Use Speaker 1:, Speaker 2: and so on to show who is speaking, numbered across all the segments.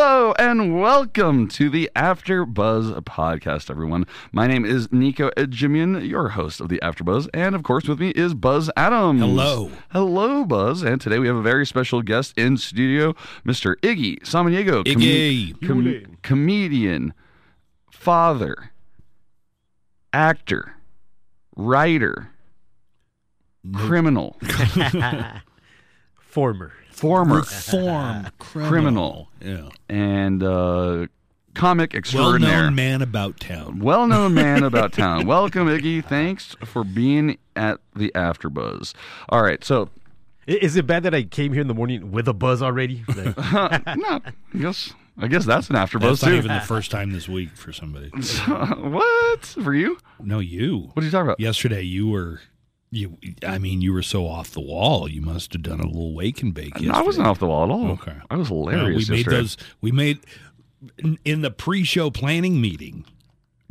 Speaker 1: and welcome to the After Buzz podcast, everyone. My name is Nico Edgemian, your host of the After Buzz, and of course, with me is Buzz Adams.
Speaker 2: Hello.
Speaker 1: hello, Buzz. And today we have a very special guest in studio, Mr. Iggy Samaniego, com-
Speaker 2: Iggy.
Speaker 1: com-
Speaker 3: Yuli.
Speaker 1: comedian, father, actor, writer, criminal,
Speaker 3: Former.
Speaker 1: former,
Speaker 2: Reform criminal.
Speaker 1: Criminal.
Speaker 2: Yeah.
Speaker 1: and uh, comic
Speaker 2: Well
Speaker 1: extraordinaire.
Speaker 2: known man about town.
Speaker 1: Well known man about town. Welcome, Iggy. Thanks for being at the AfterBuzz. All right, so
Speaker 3: I- Is it bad that I came here in the morning with a buzz already? Like,
Speaker 1: no, I guess I guess that's an AfterBuzz
Speaker 2: That's not
Speaker 1: too.
Speaker 2: even the first time this week for somebody.
Speaker 1: what for you?
Speaker 2: No, you.
Speaker 1: What are you talking about?
Speaker 2: Yesterday you were you I mean, you were so off the wall. You must have done a little wake and bake yesterday.
Speaker 1: I wasn't off the wall at all.
Speaker 2: Okay.
Speaker 1: I was
Speaker 2: No, we
Speaker 1: hilarious.
Speaker 2: made
Speaker 1: yesterday.
Speaker 2: those we made in- in the pre-show planning meeting.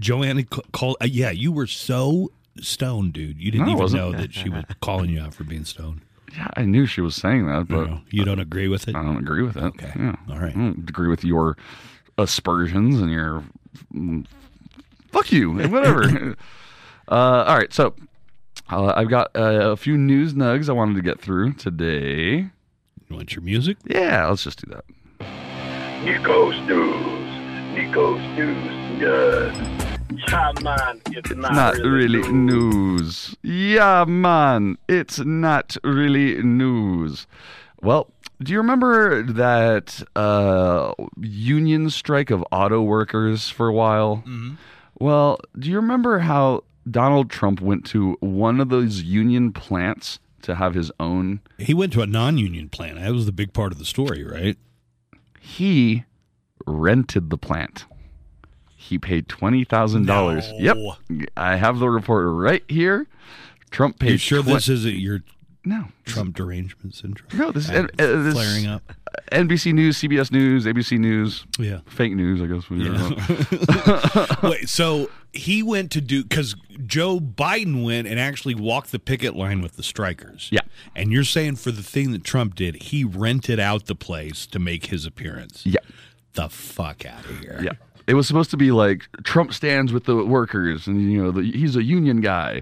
Speaker 2: Joanna c- called uh, yeah, you were so stoned, dude. You didn't
Speaker 1: No, I
Speaker 2: even
Speaker 1: wasn't.
Speaker 2: know that she was calling you out for being stoned.
Speaker 1: Yeah, I knew she was saying that, but
Speaker 2: No, you don't agree with it?
Speaker 1: I don't agree with it.
Speaker 2: Okay.
Speaker 1: Yeah.
Speaker 2: All right.
Speaker 1: I don't agree with your aspersions and your mm, fuck you and whatever. uh, all right, so uh, I've got uh, a few news nugs I wanted to get through today.
Speaker 2: You want your music?
Speaker 1: Yeah, let's just do that.
Speaker 4: Nico's News. Nico's News. Nerd. Come on, it's not,
Speaker 1: Not really news. Yeah, man, it's not really news. Well, do you remember that uh, union strike of auto workers for a while?
Speaker 2: Mm-hmm.
Speaker 1: Well, do you remember how Donald Trump went to one of those union plants to have his own?
Speaker 2: He went to a non-union plant. That was the big part of the story, right?
Speaker 1: He rented the plant. He paid twenty thousand dollars. Yep,
Speaker 2: No.
Speaker 1: I have the report right here. Trump paid.
Speaker 2: you sure
Speaker 1: twen-
Speaker 2: this isn't your
Speaker 1: No,
Speaker 2: Trump derangement syndrome?
Speaker 1: no. This is
Speaker 2: Uh,
Speaker 1: uh, this,
Speaker 2: flaring up.
Speaker 1: NBC News, CBS News, ABC News,
Speaker 2: Yeah.
Speaker 1: fake news. I guess. Yeah.
Speaker 2: Wait, so he went to do because Joe Biden went and actually walked the picket line with the strikers.
Speaker 1: Yeah.
Speaker 2: And you're saying for the thing that Trump did, he rented out the place to make his appearance.
Speaker 1: yeah.
Speaker 2: The fuck out of here.
Speaker 1: Yeah. It was supposed to be like Trump stands with the workers, and you know the, he's a union guy.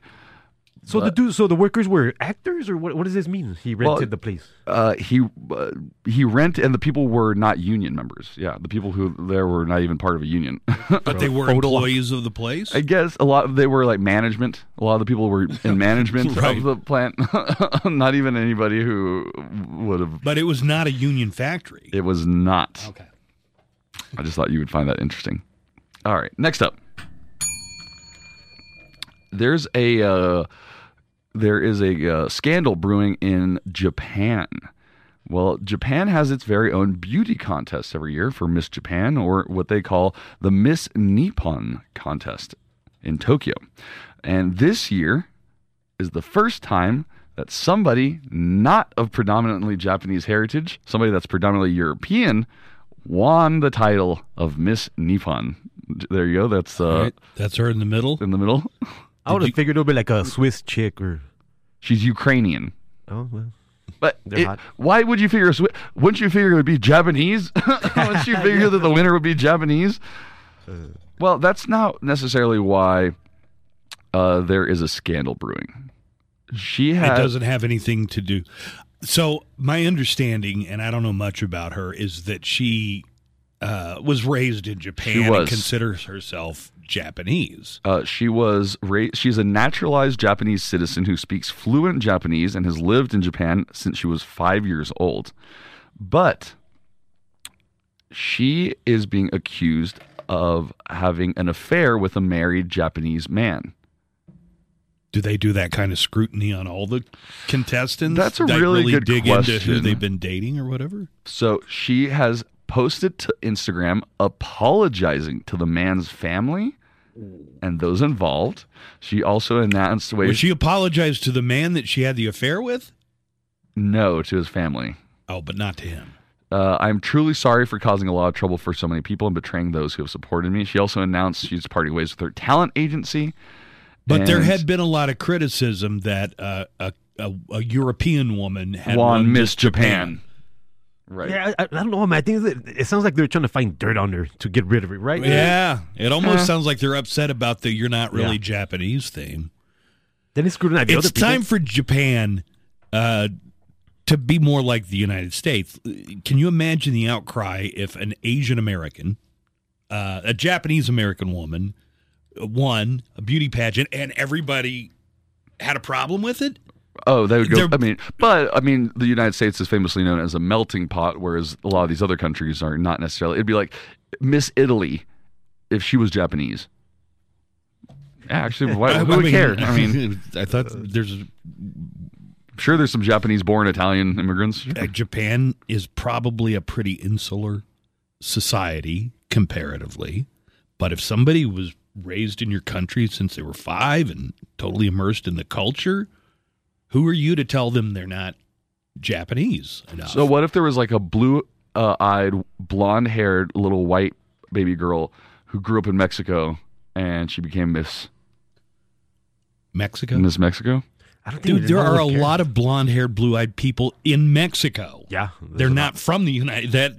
Speaker 3: so the dude, so the workers were actors, or what? What does this mean? He rented the place.
Speaker 1: Uh, he uh, he rent, and the people were not union members. Yeah, the people who there were not even part of a union.
Speaker 2: But they were employees of the place.
Speaker 1: I guess a lot of they were like management. A lot of the people were in management
Speaker 2: Right.
Speaker 1: of the plant. not even anybody who would have.
Speaker 2: but it was not a union factory.
Speaker 1: It was not.
Speaker 2: Okay.
Speaker 1: I just thought you would find that interesting. All right, next up. There's a uh, there is a uh, scandal brewing in Japan. Well, Japan has its very own beauty contest every year for Miss Japan, or what they call the Miss Nippon contest in Tokyo. And this year is the first time that somebody not of predominantly Japanese heritage, somebody that's predominantly European, won the title of Miss Nippon. There you go. That's uh,
Speaker 2: Right? That's her in the middle.
Speaker 1: in the middle.
Speaker 3: I would have figured it would be like a Swiss chick or.
Speaker 1: She's Ukrainian.
Speaker 3: Oh, well.
Speaker 1: But
Speaker 3: They're
Speaker 1: it-
Speaker 3: hot.
Speaker 1: why would you figure? Swi- Wouldn't you figure it would be Japanese? Wouldn't you figure that the winner would be Japanese?
Speaker 2: Uh.
Speaker 1: Well, that's not necessarily why uh, there is a scandal brewing. She
Speaker 2: It
Speaker 1: has
Speaker 2: doesn't have anything to do. So my understanding, and I don't know much about her, is that she uh, was raised in Japan
Speaker 1: She
Speaker 2: and
Speaker 1: was.
Speaker 2: considers herself Japanese.
Speaker 1: Uh, she was ra- she's a naturalized Japanese citizen who speaks fluent Japanese and has lived in Japan since she was five years old. But she is being accused of having an affair with a married Japanese man.
Speaker 2: Do they do that kind of scrutiny on all the contestants?
Speaker 1: That's a
Speaker 2: They
Speaker 1: really good
Speaker 2: dig into who
Speaker 1: question.
Speaker 2: they've been dating or whatever.
Speaker 1: So she has posted to Instagram apologizing to the man's family and those involved. She also announced
Speaker 2: Well,
Speaker 1: ways
Speaker 2: she apologized to the man that she had the affair with.
Speaker 1: no to his family.
Speaker 2: Oh, but not to him.
Speaker 1: Uh, I'm truly sorry for causing a lot of trouble for so many people and betraying those who have supported me. She also announced she's parting ways with her talent agency.
Speaker 2: But there
Speaker 1: And-
Speaker 2: had been a lot of criticism that uh, a, a a European woman had
Speaker 1: Won
Speaker 2: won
Speaker 1: Miss Japan. Right.
Speaker 3: Yeah, I, I don't know, man. I think that it sounds like they're trying to find dirt on her to get rid of it, right?
Speaker 2: Yeah, it almost
Speaker 1: Yeah.
Speaker 2: sounds like they're upset about the "you're not really
Speaker 3: Yeah.
Speaker 2: Japanese" theme.
Speaker 3: Then it's screwed up.
Speaker 2: it's time for Japan uh, to be more like the United States. Can you imagine the outcry if an Asian American, uh, a Japanese American woman, won a beauty pageant and everybody had a problem with it?
Speaker 1: Oh, they would go.
Speaker 2: They're-
Speaker 1: I mean, but I mean, the United States is famously known as a melting pot, whereas a lot of these other countries are not necessarily. It'd be like Miss Italy if she was Japanese. Actually, why,
Speaker 2: I-
Speaker 1: who
Speaker 2: I
Speaker 1: would
Speaker 2: mean-
Speaker 1: care? I mean,
Speaker 2: I thought there's
Speaker 1: I'm sure there's some Japanese-born Italian immigrants.
Speaker 2: uh, Japan is probably a pretty insular society comparatively, but if somebody was raised in your country since they were five and totally immersed in the culture, who are you to tell them they're not Japanese enough?
Speaker 1: So what if there was like a blue-eyed, blonde-haired little white baby girl who grew up in Mexico and she became Miss
Speaker 2: Mexico,
Speaker 1: Miss Mexico?
Speaker 3: I don't think
Speaker 2: dude, there are a lot of blonde-haired, blue-eyed people in Mexico.
Speaker 3: Yeah,
Speaker 2: They're not from the United. That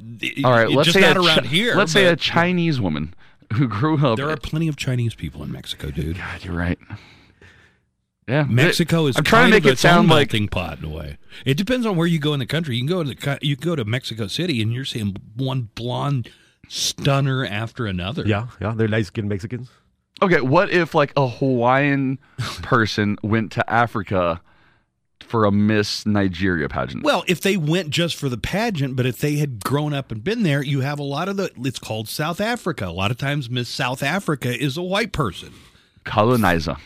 Speaker 1: All right, let's
Speaker 2: just
Speaker 1: say
Speaker 2: not
Speaker 1: a Chi-
Speaker 2: around here.
Speaker 1: Let's say
Speaker 2: but
Speaker 1: a Chinese woman who grew up.
Speaker 2: there are plenty of Chinese people in Mexico, dude.
Speaker 1: God, you're right. Yeah,
Speaker 2: Mexico is.
Speaker 1: I'm trying
Speaker 2: kind
Speaker 1: to
Speaker 2: of
Speaker 1: make it
Speaker 2: its own
Speaker 1: sound like
Speaker 2: melting pot in a way. It depends on where you go in the country. You can go to the co- you can go to Mexico City, and you're seeing one blonde stunner after another.
Speaker 3: Yeah, yeah, they're light skinned Mexicans.
Speaker 1: okay. What if like a Hawaiian person went to Africa for a Miss Nigeria pageant?
Speaker 2: Well, if they went just for the pageant, but if they had grown up and been there, you have a lot of the. It's called South Africa. A lot of times, Miss South Africa is a white person,
Speaker 1: colonizer.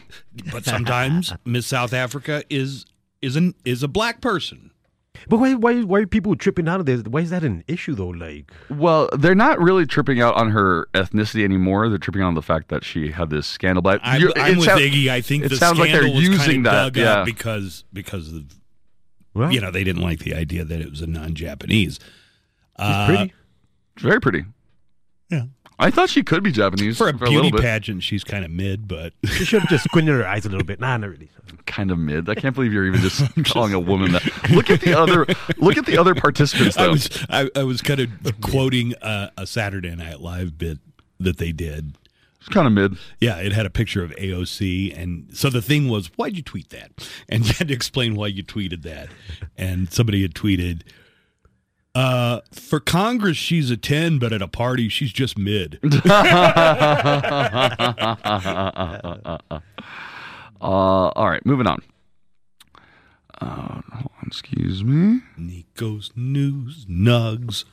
Speaker 2: but sometimes Miss South Africa is is an is a black person.
Speaker 3: But why, why, why are people tripping out of this? Why is that an issue though? Like,
Speaker 1: Well, they're not really tripping out on her ethnicity anymore. They're tripping on the fact that she had this scandal. But
Speaker 2: I'm,
Speaker 1: you're-
Speaker 2: I'm
Speaker 1: it
Speaker 2: with
Speaker 1: sound-
Speaker 2: Iggy. I think
Speaker 1: it
Speaker 2: the
Speaker 1: sounds like
Speaker 2: scandal
Speaker 1: they're
Speaker 2: was kinda
Speaker 1: using that.
Speaker 2: dug up
Speaker 1: Yeah.
Speaker 2: because because of
Speaker 3: well,
Speaker 2: you know, they didn't like the idea that it was a non-Japanese.
Speaker 3: she's
Speaker 2: Uh,
Speaker 3: pretty.
Speaker 1: Very pretty.
Speaker 2: Yeah.
Speaker 1: I thought she could be Japanese
Speaker 2: For a beauty
Speaker 1: little bit.
Speaker 2: pageant, she's kind of mid, but
Speaker 3: She should have just squinted her eyes a little bit. Nah, not really.
Speaker 1: Kind of mid. I can't believe you're even just calling a woman that. Look at the other. Look at the other participants
Speaker 2: I
Speaker 1: though.
Speaker 2: was I, I was kind of quoting a, a Saturday Night Live bit that they did.
Speaker 1: It's kind of mid.
Speaker 2: Yeah, it had a picture of AOC, and so the thing was, why'd you tweet that? And you had to explain why you tweeted that. And somebody had tweeted, uh, "For Congress, she's a ten, but at a party, she's just mid."
Speaker 1: uh, all right, moving on. Uh, hold on, excuse me.
Speaker 2: Nico's news nugs.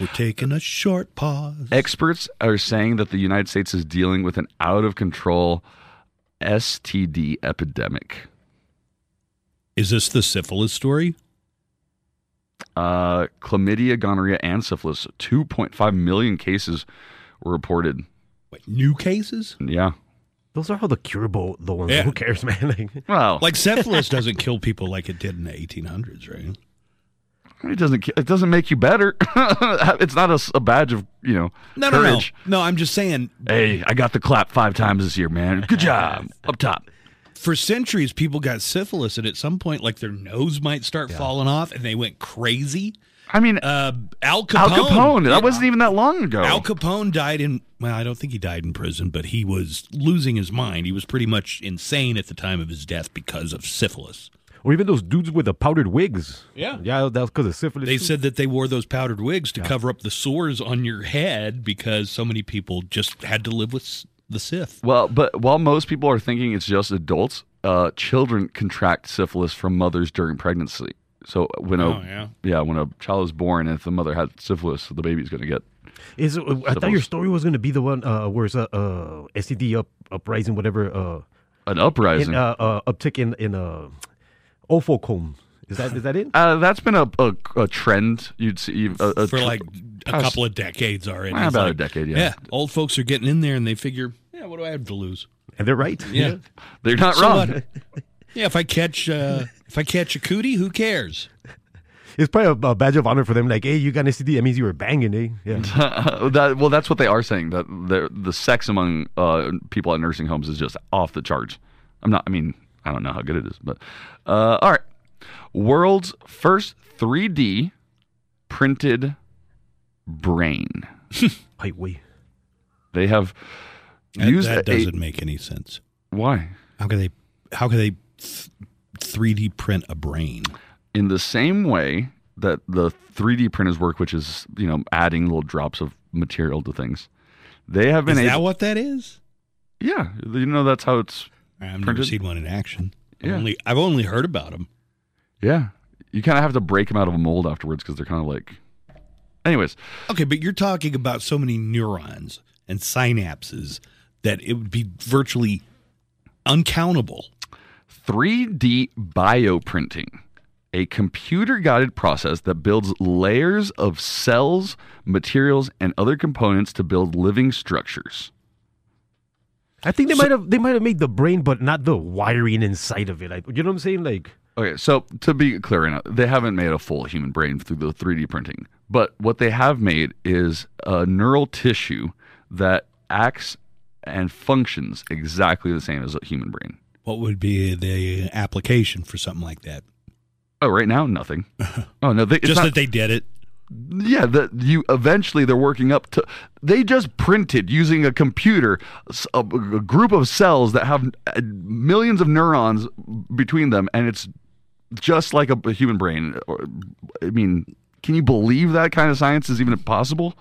Speaker 2: We're taking a short pause.
Speaker 1: Experts are saying that the United States is dealing with an out of control STD epidemic.
Speaker 2: Is this the syphilis story?
Speaker 1: Uh, chlamydia, gonorrhea, and syphilis. 2.5 million cases were reported.
Speaker 2: What, new cases?
Speaker 1: Yeah.
Speaker 3: Those are all the curable the ones.
Speaker 2: Yeah.
Speaker 3: Who cares, man? Like,
Speaker 1: Well,
Speaker 2: Like syphilis doesn't kill people like it did in the 1800s, right?
Speaker 1: it doesn't. ki- It doesn't make you better. it's not a, s- a badge of you know
Speaker 2: No, no, no.
Speaker 1: courage.
Speaker 2: No, I'm just saying
Speaker 1: Hey, I got the clap five times this year, man. Good job. Up top.
Speaker 2: for centuries people got syphilis and at some point like their nose might start falling off and they went crazy.
Speaker 1: I mean,
Speaker 2: Uh Al
Speaker 1: Al
Speaker 2: Capone. oh.
Speaker 1: Capone. That wasn't even that long ago.
Speaker 2: Al Capone died in well, I don't think he died in prison, but he was losing his mind. He was pretty much insane at the time of his death because of syphilis.
Speaker 3: or even those dudes with the powdered wigs.
Speaker 2: Yeah.
Speaker 3: yeah, that was because of syphilis.
Speaker 2: They
Speaker 3: too.
Speaker 2: said that they wore those powdered wigs to cover up the sores on your head because so many people just had to live with s- the sif.
Speaker 1: well, but while most people are thinking it's just adults, uh, children contract syphilis from mothers during pregnancy. So when a
Speaker 2: Oh, yeah.
Speaker 1: when a child is born, if the mother had syphilis, the baby's going to get.
Speaker 3: Is it, I thought your
Speaker 1: Syphilis.
Speaker 3: story was going to be the one uh, where it's a uh, STD up, uprising, whatever, uh,
Speaker 1: An
Speaker 3: in,
Speaker 1: uprising.
Speaker 3: uh, uh, uptick in in uh, ophocomb. Is that is that it?
Speaker 1: Uh, that's been a, a, a trend you'd see a, a
Speaker 2: for
Speaker 1: Uh, tr-
Speaker 2: like a
Speaker 1: past-
Speaker 2: couple of decades already.
Speaker 1: Well,
Speaker 2: It's
Speaker 1: about a
Speaker 2: like,
Speaker 1: decade, yeah.
Speaker 2: Old folks are getting in there and they figure, yeah, what do I have to lose?
Speaker 3: And they're right.
Speaker 2: Yeah.
Speaker 1: They're not
Speaker 2: So
Speaker 1: wrong.
Speaker 2: what? yeah, if I catch uh, if I catch a cootie, who cares?
Speaker 3: It's probably a, a badge of honor for them. Like, hey, you got an STD. That means you were banging, eh? Yeah.
Speaker 1: Uh, that, well, that's what they are saying. That the the sex among uh, people at nursing homes is just off the charts. I'm not. I mean, I don't know how good it is, but uh, all right. World's first 3D printed brain.
Speaker 3: Wait, wait.
Speaker 1: They have
Speaker 2: That,
Speaker 1: used
Speaker 2: that
Speaker 1: a-
Speaker 2: doesn't make any sense.
Speaker 1: why
Speaker 2: How can they? How can they? th- 3D print a brain.
Speaker 1: in the same way that the 3D printers work, which is you know adding little drops of material to things. They have
Speaker 2: Is
Speaker 1: been
Speaker 2: that
Speaker 1: able,
Speaker 2: what that is?
Speaker 1: yeah, you know that's how it's
Speaker 2: I've never
Speaker 1: Printed?
Speaker 2: seen one in action. I've
Speaker 1: Yeah.
Speaker 2: Only I've only heard about them.
Speaker 1: yeah. You kind of have to break them out of a mold afterwards because they're kind of like. Anyways,
Speaker 2: Okay, but you're talking about so many neurons and synapses that it would be virtually uncountable.
Speaker 1: 3D bioprinting, a computer guided process that builds layers of cells, materials, and other components to build living structures.
Speaker 3: I think they might have they might have made the brain, but not the wiring inside of it. Like, you know what I'm saying? Like,
Speaker 1: Okay, so to be clear enough, they haven't made a full human brain through the 3D printing, but what they have made is a neural tissue that acts and functions exactly the same as a human brain.
Speaker 2: What would be the application for something like that?
Speaker 1: Oh, right now, nothing. Oh, no, they, it's
Speaker 2: Just
Speaker 1: not-
Speaker 2: that they did it.
Speaker 1: yeah that you eventually they're working up to they just printed using a computer s- a, a group of cells that have uh, millions of neurons between them and it's just like a, a human brain Or- i mean can you believe that kind of science is even possible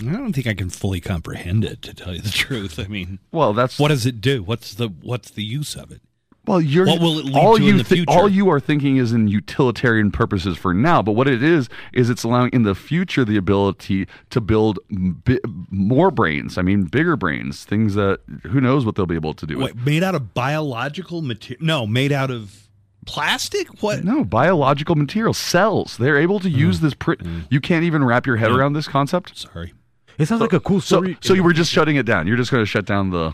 Speaker 2: I don't think I can fully comprehend it, to tell you the truth. I mean,
Speaker 1: well that's
Speaker 2: what does it do? What's the what's the use of it?
Speaker 1: well you're
Speaker 2: what will it lead
Speaker 1: all
Speaker 2: to
Speaker 1: you
Speaker 2: in the
Speaker 1: thi-
Speaker 2: future?
Speaker 1: all you are thinking is in utilitarian purposes for now but what it is is it's allowing in the future the ability to build bi- more brains i mean bigger brains things that who knows what they'll be able to do with
Speaker 2: What, made out of biological material? No, made out of plastic. What?
Speaker 1: No, biological material, cells. They're able to use
Speaker 2: Mm.
Speaker 1: this. Pr- You can't even wrap your head around this concept.
Speaker 2: Sorry.
Speaker 3: it sounds like a cool
Speaker 1: So,
Speaker 3: story.
Speaker 1: so you were just shutting it down. You're just going to shut down the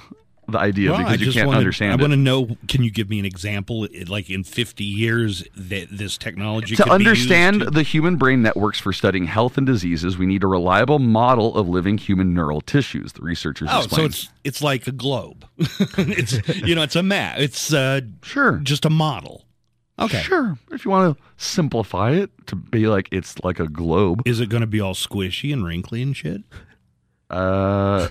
Speaker 1: the idea
Speaker 2: Well, I
Speaker 1: because you
Speaker 2: just
Speaker 1: can't
Speaker 2: wanna-
Speaker 1: understand
Speaker 2: I want
Speaker 1: it.
Speaker 2: to know. Can you give me an example? it- Like in 50 years, that this technology
Speaker 1: To
Speaker 2: could be used
Speaker 1: understand
Speaker 2: to-
Speaker 1: the human brain networks for studying health and diseases, we need a reliable model of living human neural tissues. The researchers
Speaker 2: Oh, so
Speaker 1: explain.
Speaker 2: it's it's like a globe. it's you know, it's a map. It's uh,
Speaker 1: sure,
Speaker 2: just a model. Okay.
Speaker 1: sure. If you want to simplify it to be like it's like a globe.
Speaker 2: Is it going to be all squishy and wrinkly and shit?
Speaker 1: Uh,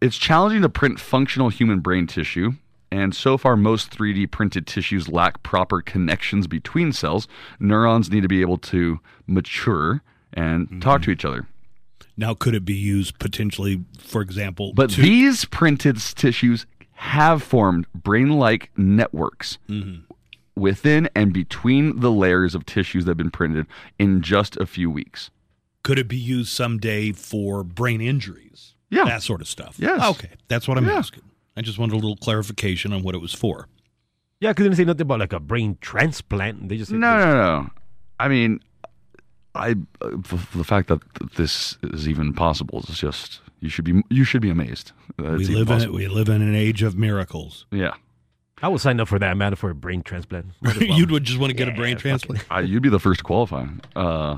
Speaker 1: it's challenging to print functional human brain tissue, and so far, most 3D printed tissues lack proper connections between cells. Neurons need to be able to mature and
Speaker 2: Mm-hmm.
Speaker 1: talk to each other.
Speaker 2: Now, could it be used potentially, for example,
Speaker 1: But
Speaker 2: to,
Speaker 1: these printed s- tissues have formed brain like networks
Speaker 2: Mm-hmm.
Speaker 1: within and between the layers of tissues that have been printed in just a few weeks.
Speaker 2: could it be used someday for brain injuries?
Speaker 1: Yeah.
Speaker 2: that sort of stuff.
Speaker 1: Yes.
Speaker 2: Okay, that's what I'm
Speaker 1: Yeah.
Speaker 2: asking. I just wanted a little clarification on what it was for.
Speaker 3: yeah, because they didn't say nothing about like a brain transplant. They just said,
Speaker 1: No, no, no. I mean, I uh, f- the fact that th- this is even possible is just you should be you should be amazed. That
Speaker 2: we
Speaker 1: it's even
Speaker 2: live in it.
Speaker 1: possible.
Speaker 2: We live in an age of miracles.
Speaker 1: Yeah,
Speaker 3: I would sign up for that, man, for a brain transplant. Might as well.
Speaker 2: you would just want to get a brain transplant.
Speaker 1: I, you'd be the first to qualify. Uh,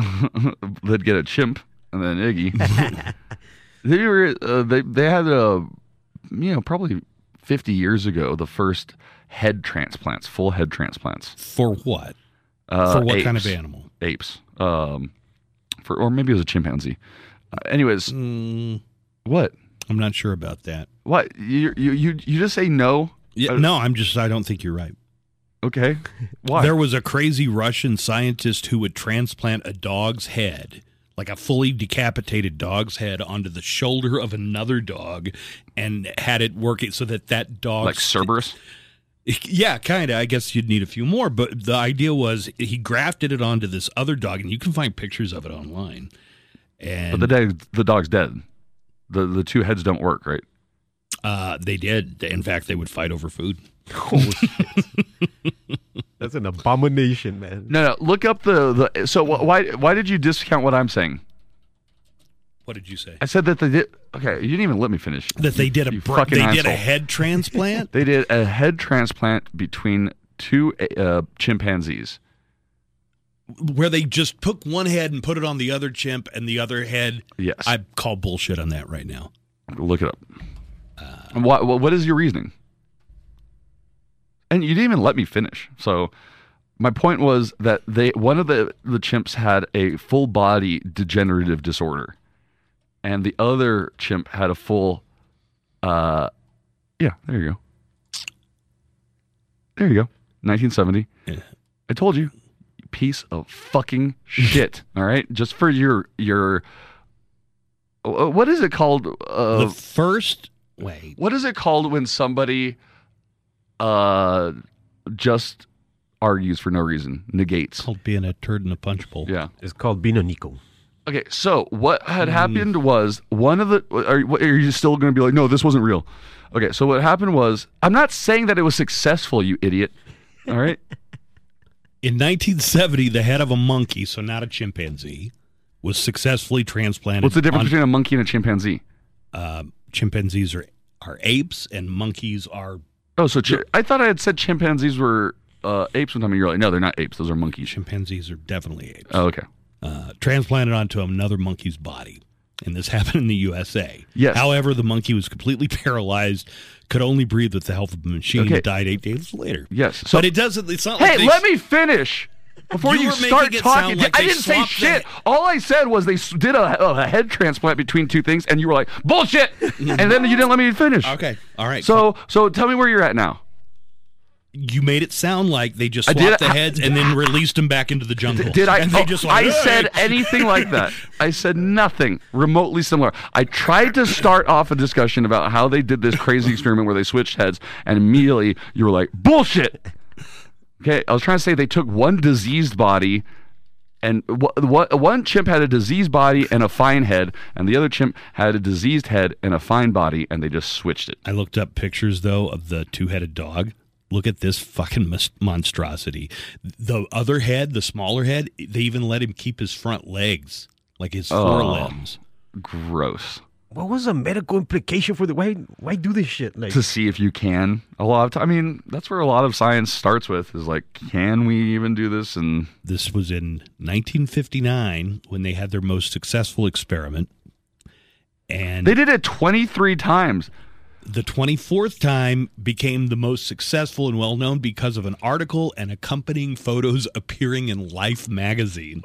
Speaker 1: they'd get a chimp and then Iggy. they were uh, they they had a you know probably fifty years ago the first head transplants, full head transplants
Speaker 2: For what?
Speaker 1: uh,
Speaker 2: For what kind of
Speaker 1: apes.
Speaker 2: animal?
Speaker 1: apes. Um, for or maybe it was a chimpanzee. Uh, anyways,
Speaker 2: Mm,
Speaker 1: what?
Speaker 2: I'm not sure about that.
Speaker 1: What you you you you just say no?
Speaker 2: Yeah,
Speaker 1: Uh,
Speaker 2: no, I'm just. I don't think you're right.
Speaker 1: Okay. Why?
Speaker 2: There was a crazy Russian scientist who would transplant a dog's head, like a fully decapitated dog's head, onto the shoulder of another dog, and had it work it so that that dog,
Speaker 1: like Cerberus.
Speaker 2: yeah, kind of. I guess you'd need a few more, but the idea was he grafted it onto this other dog, and you can find pictures of it online. And
Speaker 1: But the dog the dog's dead. The the two heads don't work, right?
Speaker 2: uh, they did. In fact, they would fight over food.
Speaker 3: Oh, That's an abomination, man.
Speaker 1: No, no. Look up the the. So wh- why why did you discount what I'm saying?
Speaker 2: What did you say?
Speaker 1: I said that they did. Okay, you didn't even let me finish.
Speaker 2: That they did a
Speaker 1: you
Speaker 2: br-
Speaker 1: fucking
Speaker 2: they did a
Speaker 1: asshole.
Speaker 2: head transplant.
Speaker 1: They did a head transplant between two uh, chimpanzees.
Speaker 2: where they just took one head and put it on the other chimp and the other head.
Speaker 1: Yes.
Speaker 2: I call bullshit on that right now.
Speaker 1: Look it up. And why- wha- what is your reasoning? And you didn't even let me finish. So my point was that they one of the the chimps had a full body degenerative disorder, and the other chimp had a full. Uh, yeah, there you go. There you go. 1970. I told you, you piece of fucking shit. All right, just for your your. uh, What is it called? Uh,
Speaker 2: the first wait
Speaker 1: what is it called when somebody uh just argues for no reason negates
Speaker 2: called being a turd in a punch bowl.
Speaker 1: yeah
Speaker 3: It's called Bino Nico.
Speaker 1: okay so what had happened was one of the are, what- are you still going to be like no this wasn't real okay so what happened was i'm not saying that it was successful you idiot all right
Speaker 2: In 1970, the head of a monkey, so not a chimpanzee, was successfully transplanted.
Speaker 1: what's the difference
Speaker 2: on-
Speaker 1: between a monkey and a chimpanzee
Speaker 2: um, chimpanzees are are apes and monkeys are
Speaker 1: oh so chi- i thought i had said chimpanzees were uh, apes one time and you're like no they're not apes those are monkeys
Speaker 2: chimpanzees are definitely apes.
Speaker 1: oh, okay
Speaker 2: Uh, transplanted onto another monkey's body. And this happened in the USA.
Speaker 1: Yes.
Speaker 2: However, the monkey was completely paralyzed, could only breathe with the help of a machine,
Speaker 1: Okay.
Speaker 2: died eight days later.
Speaker 1: yes so
Speaker 2: but it doesn't. It's not.
Speaker 1: Hey,
Speaker 2: like they-
Speaker 1: let me finish before
Speaker 2: You
Speaker 1: you,
Speaker 2: were making
Speaker 1: start
Speaker 2: it
Speaker 1: talking.
Speaker 2: sound like
Speaker 1: I
Speaker 2: they
Speaker 1: didn't say
Speaker 2: swapped
Speaker 1: shit.
Speaker 2: the-
Speaker 1: All I said was they s- did a, a head transplant between two things, and you were like bullshit, and then you didn't let me finish.
Speaker 2: Okay. All right.
Speaker 1: So, so tell me where you're at now.
Speaker 2: you made it sound like they just
Speaker 1: I
Speaker 2: swapped
Speaker 1: did-
Speaker 2: the heads and then released them back into the jungle.
Speaker 1: Did I?
Speaker 2: And they
Speaker 1: oh,
Speaker 2: just like,
Speaker 1: I said
Speaker 2: "Hey!"
Speaker 1: anything like that. I said nothing remotely similar. I tried to start off a discussion about how they did this crazy experiment where they switched heads, and immediately you were like, bullshit. Okay, I was trying to say they took one diseased body, and what, what one chimp had a diseased body and a fine head, and the other chimp had a diseased head and a fine body, and they just switched it.
Speaker 2: I looked up pictures though of the two-headed dog. Look at this fucking mus- monstrosity. The other head, the smaller head, they even let him keep his front legs, like his
Speaker 1: Oh.
Speaker 2: forelimbs.
Speaker 1: Gross.
Speaker 3: What was the medical implication for the why? Why do this shit? Like,
Speaker 1: To see if you can, a lot of time. I mean, that's where a lot of science starts with is like, can we even do this? And
Speaker 2: This was in 1959 when they had their most successful experiment. And
Speaker 1: They did it 23 times.
Speaker 2: The 24th time became the most successful and well known because of an article and accompanying photos appearing in Life magazine.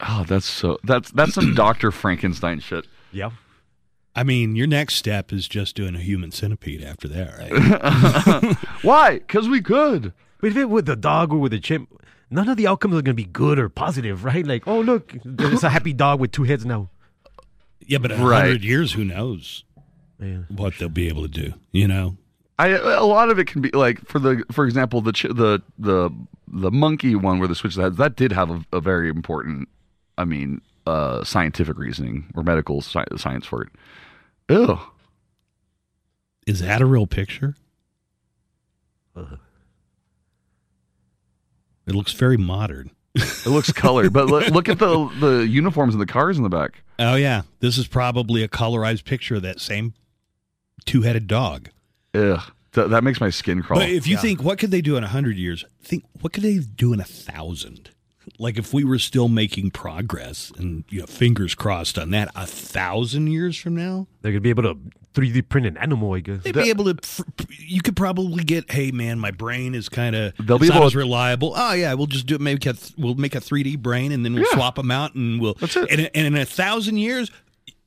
Speaker 1: Oh, that's so that's that's some Dr. Frankenstein shit.
Speaker 3: yeah.
Speaker 2: I mean, your next step is just doing a human centipede after that, right?
Speaker 1: Why? Cuz we could.
Speaker 3: But if it with the dog or with the chimp, none of the outcomes are gonna be good or positive, right? Like, oh look, there's a happy dog with two heads now.
Speaker 2: yeah, but in
Speaker 1: Right.
Speaker 2: 100 years, who knows
Speaker 3: Yeah.
Speaker 2: what they'll be able to do, you know?
Speaker 1: I a lot of it can be like for the for example the chi- the the the monkey one where the switch heads that did have a, a very important I mean uh scientific reasoning or medical sci- science for it. Ew.
Speaker 2: Is that a real picture? It looks very modern.
Speaker 1: It looks colored, but look, look at the the uniforms and the cars in the back.
Speaker 2: Oh, yeah. This is probably a colorized picture of that same two headed dog.
Speaker 1: Ugh. Th- that makes my skin crawl.
Speaker 2: But if you think what could they do in a hundred years, think what could they do in a thousand? Like if we were still making progress, and you know, fingers crossed on that, a thousand years from now,
Speaker 3: They're gonna be able to 3D print an animal, I guess.
Speaker 2: they'd be able to. Pr- pr- you could probably get, hey man, my brain is kind of
Speaker 1: They'll be
Speaker 2: not
Speaker 1: able
Speaker 2: as
Speaker 1: to-
Speaker 2: reliable. Oh yeah, we'll just do it. Maybe get- we'll make a three D brain, and then we'll
Speaker 1: Yeah.
Speaker 2: swap them out, and we'll.
Speaker 1: That's it.
Speaker 2: And, and in a thousand years,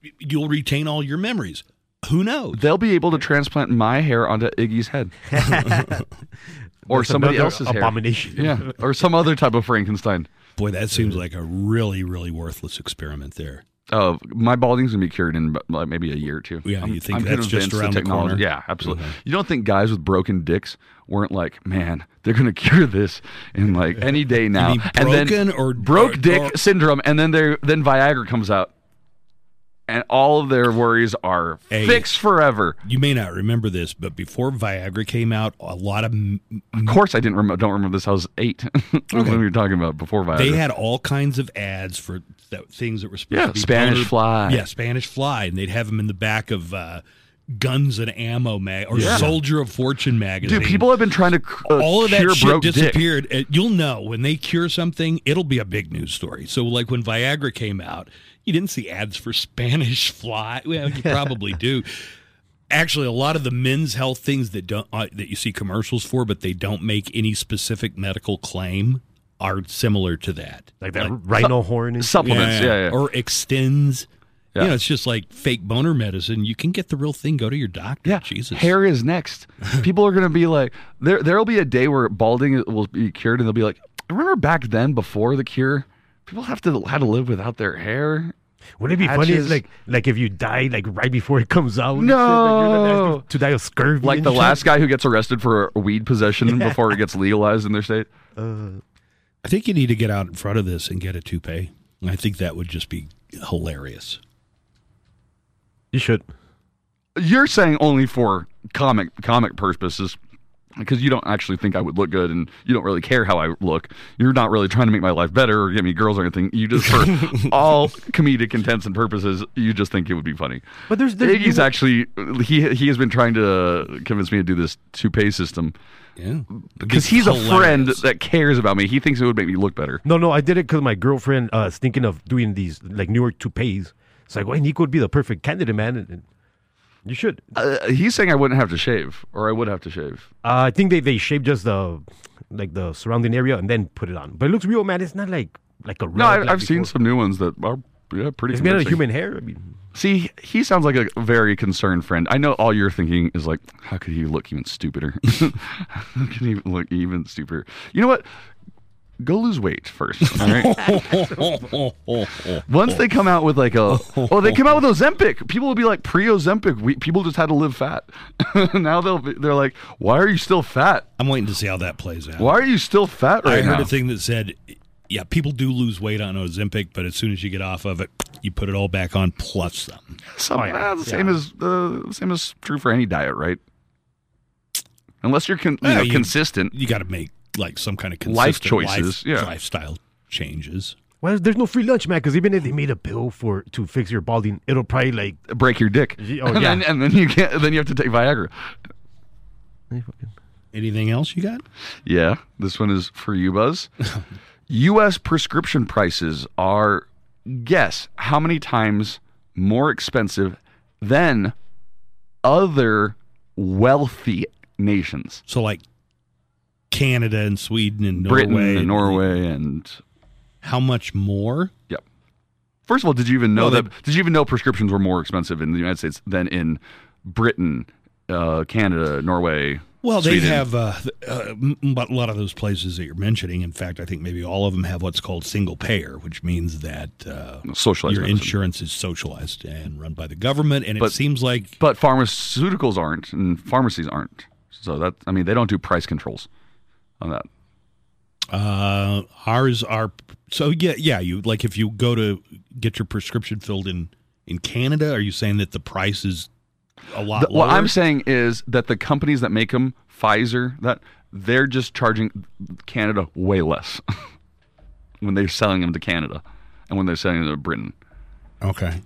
Speaker 2: y- you'll retain all your memories. Who knows?
Speaker 1: They'll be able to transplant my hair onto Iggy's head. or
Speaker 3: That's
Speaker 1: somebody
Speaker 3: another
Speaker 1: else's hair.
Speaker 3: abomination.
Speaker 1: Yeah. Or some other type of Frankenstein.
Speaker 2: Boy, that seems like a really, really worthless experiment there.
Speaker 1: Oh, my balding's gonna be cured in about, like, maybe a year or two.
Speaker 2: Yeah, you think that's just
Speaker 1: convinced
Speaker 2: around the
Speaker 1: technology-
Speaker 2: corner?
Speaker 1: Yeah, absolutely. You don't think guys with broken dicks weren't like, man, they're gonna cure this in like any day now?
Speaker 2: mean
Speaker 1: and
Speaker 2: broken
Speaker 1: then
Speaker 2: or-
Speaker 1: broke
Speaker 2: or-
Speaker 1: dick
Speaker 2: or-
Speaker 1: syndrome, and then they then Viagra comes out, and all of their worries are
Speaker 2: Hey.
Speaker 1: fixed forever.
Speaker 2: You may not remember this, but before Viagra came out, a lot of m- m-
Speaker 1: Of course, I didn't remember. Don't remember this. I was eight when we were talking about before Viagra.
Speaker 2: they had all kinds of ads for th- things that were supposed
Speaker 1: Yeah,
Speaker 2: to be
Speaker 1: Spanish Fly.
Speaker 2: Yeah, Spanish Fly, and they'd have them in the back of uh, Guns and Ammo mag or
Speaker 1: Yeah.
Speaker 2: Soldier of Fortune magazine.
Speaker 1: Dude, people have been trying to uh,
Speaker 2: all of
Speaker 1: cure
Speaker 2: that shit
Speaker 1: broke dick.
Speaker 2: disappeared. Uh, You'll know when they cure something, it'll be a big news story. So, like when Viagra came out, you didn't see ads for Spanish Fly. Well, you probably do. actually a lot of the men's health things that don't uh, that you see commercials for, but they don't make any specific medical claim, are similar to that.
Speaker 3: Like that rhino horn and
Speaker 1: Supplements, yeah, yeah.
Speaker 2: or extends.
Speaker 1: Yeah.
Speaker 2: You know, it's just like fake boner medicine. You can get the real thing. Go to your doctor.
Speaker 1: Yeah,
Speaker 2: Jesus.
Speaker 1: hair is next. People are gonna be like, there. There'll be a day where balding will be cured, and they'll be like, remember back then before the cure, people have to had to live without their hair.
Speaker 3: Would it be funny
Speaker 1: Patches.
Speaker 3: is like like if you die like right before it comes out? and shit, like, you're the
Speaker 1: No.
Speaker 3: last to die of scurvy.
Speaker 1: Like
Speaker 3: and
Speaker 1: the
Speaker 3: shit?
Speaker 1: last guy who gets arrested for weed possession before it gets legalized in their state.
Speaker 2: I think you need to get out in front of this and get a toupee. I think that would just be hilarious.
Speaker 3: you should.
Speaker 1: You're saying only for comic comic purposes. Because you don't actually think I would look good, and you don't really care how I look. You're not really trying to make my life better or get me girls or anything. You just, for all comedic intents and purposes, you just think it would be funny.
Speaker 3: But there's, there's
Speaker 1: Iggy's actually he he has been trying to convince me to do this two pay system
Speaker 2: Yeah,
Speaker 1: because he's a friend that cares about me. He thinks it would make me look better.
Speaker 3: No, no, I did it because my girlfriend uh, is thinking of doing these like New York toupees. It's like, well, Nico would be the perfect candidate, man. And, and you should.
Speaker 1: Uh, he's saying I wouldn't have to shave, or I would have to shave.
Speaker 3: Uh, I think they, they shape just the like the surrounding area and then put it on. But it looks real, man. It's not like like a
Speaker 1: No,
Speaker 3: rug
Speaker 1: I,
Speaker 3: like
Speaker 1: I've seen
Speaker 3: before.
Speaker 1: some new ones that are yeah pretty.
Speaker 3: It's made out of
Speaker 1: convincing.
Speaker 3: human hair. I mean,
Speaker 1: See, he sounds like a very concerned friend. I know all you're thinking is like, how could he look even stupider? how could he look even stupider? You know what? Go lose weight first. All right. Once they come out with like a oh they come out with Ozempic, people will be like pre Ozempic. We people just had to live fat. now they'll be, they're like, why are you still fat?
Speaker 2: I'm waiting to see how that plays out.
Speaker 1: Why are you still fat
Speaker 2: I
Speaker 1: right
Speaker 2: heard
Speaker 1: now?
Speaker 2: a thing that said, yeah, people do lose weight on Ozempic, but as soon as you get off of it, you put it all back on plus some.
Speaker 1: Some-
Speaker 3: Oh, yeah.
Speaker 1: ah, the same as uh, same as true for any diet, right? Unless you're con- you
Speaker 2: Yeah,
Speaker 1: know,
Speaker 2: you-
Speaker 1: consistent.
Speaker 2: You got to make like some kind of
Speaker 1: Life
Speaker 2: consistent life-
Speaker 1: choices, yeah.
Speaker 2: lifestyle changes.
Speaker 3: well, there's no free lunch, man. Because even if they made a pill for to fix your balding, it'll probably like
Speaker 1: break your dick.
Speaker 3: Ye- oh,
Speaker 1: and,
Speaker 3: yeah.
Speaker 1: then, and then you can't. Then you have to take Viagra.
Speaker 2: Anything else you got?
Speaker 1: Yeah, this one is for you, Buzz. U.S. prescription prices are guess how many times more expensive than other wealthy nations,
Speaker 2: So like Canada and Sweden and Norway.
Speaker 1: Britain and Norway, and
Speaker 2: How much more?
Speaker 1: yep. First of all, did you even know
Speaker 2: Well,
Speaker 1: that? did you even know prescriptions were more expensive in the United States than in Britain, uh, Canada, Norway?
Speaker 2: Well, they
Speaker 1: Sweden?
Speaker 2: have uh, th- uh, m- m- a lot of those places that you're mentioning. In fact, I think maybe all of them have what's called single payer, which means that uh,
Speaker 1: socialized
Speaker 2: your
Speaker 1: medicine.
Speaker 2: insurance is socialized and run by the government. And it
Speaker 1: But-
Speaker 2: seems like
Speaker 1: But pharmaceuticals aren't, and pharmacies aren't. So that I mean, they don't do price controls on that.
Speaker 2: Uh, ours are so yeah, yeah. You like if you go to get your prescription filled in in Canada, are you saying that the price is a lot
Speaker 1: The-
Speaker 2: lower?
Speaker 1: what I'm saying is that the companies that make them, Pfizer, that they're just charging Canada way less when they're selling them to Canada and when they're selling them to Britain.
Speaker 2: okay,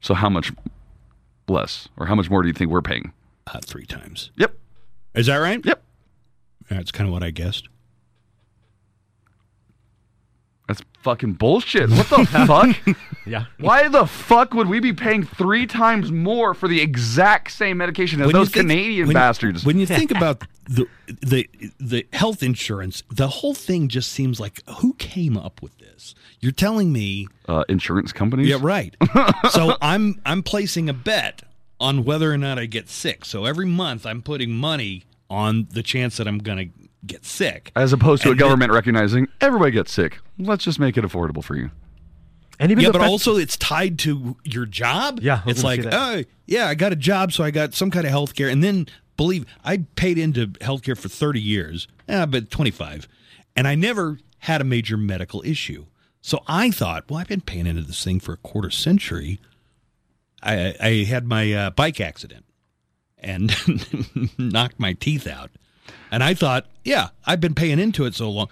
Speaker 1: So how much less, or how much more do you think we're paying?
Speaker 2: uh, three times.
Speaker 1: Yep,
Speaker 2: Is that right?
Speaker 1: yep.
Speaker 2: That's kind of what I guessed.
Speaker 1: That's fucking bullshit. What the fuck?
Speaker 3: yeah.
Speaker 1: Why the fuck would we be paying three times more for the exact same medication as
Speaker 2: When you
Speaker 1: those
Speaker 2: think-
Speaker 1: Canadian
Speaker 2: when-
Speaker 1: bastards?
Speaker 2: When you think about the the the health insurance, the whole thing just seems like who came up with this? You're telling me
Speaker 1: uh, insurance companies?
Speaker 2: Yeah, right. so I'm I'm placing a bet on whether or not I get sick. So every month I'm putting money on the chance that I'm going to get sick.
Speaker 1: As opposed to a
Speaker 2: And
Speaker 1: government recognizing everybody gets sick. Let's just make it affordable for you.
Speaker 3: And even
Speaker 2: Yeah,
Speaker 3: the
Speaker 2: but
Speaker 3: fact-
Speaker 2: also it's tied to your job.
Speaker 3: Yeah, I was
Speaker 2: it's
Speaker 3: gonna
Speaker 2: like,
Speaker 3: say
Speaker 2: oh, yeah, I got a job, so I got some kind of health care. And then believe I paid into healthcare for 30 years, eh, but 25, and I never had a major medical issue. So I thought, well, I've been paying into this thing for a quarter century. I, I had my uh, bike accident and knocked my teeth out. And I thought, yeah, I've been paying into it so long.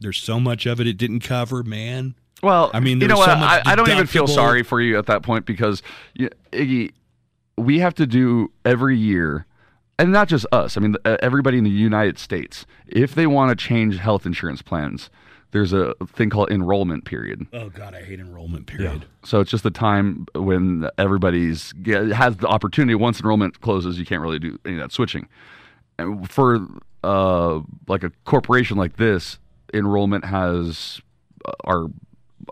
Speaker 2: There's so much of it it didn't cover, man.
Speaker 1: Well,
Speaker 2: I
Speaker 1: you
Speaker 2: mean, there
Speaker 1: know
Speaker 2: was
Speaker 1: what?
Speaker 2: so
Speaker 1: I,
Speaker 2: much
Speaker 1: I don't even feel
Speaker 2: deductible-
Speaker 1: sorry for you at that point because you, Iggy, we have to do every year, and not e, just us. I mean, uh, everybody in the United States, if they want to change health insurance plans, there's a thing called enrollment period.
Speaker 2: Oh God, I hate enrollment period.
Speaker 1: So it's just the time when everybody's yeah, has the opportunity. Once enrollment closes, you can't really do any of that switching. And for uh, like a corporation like this, enrollment has uh, our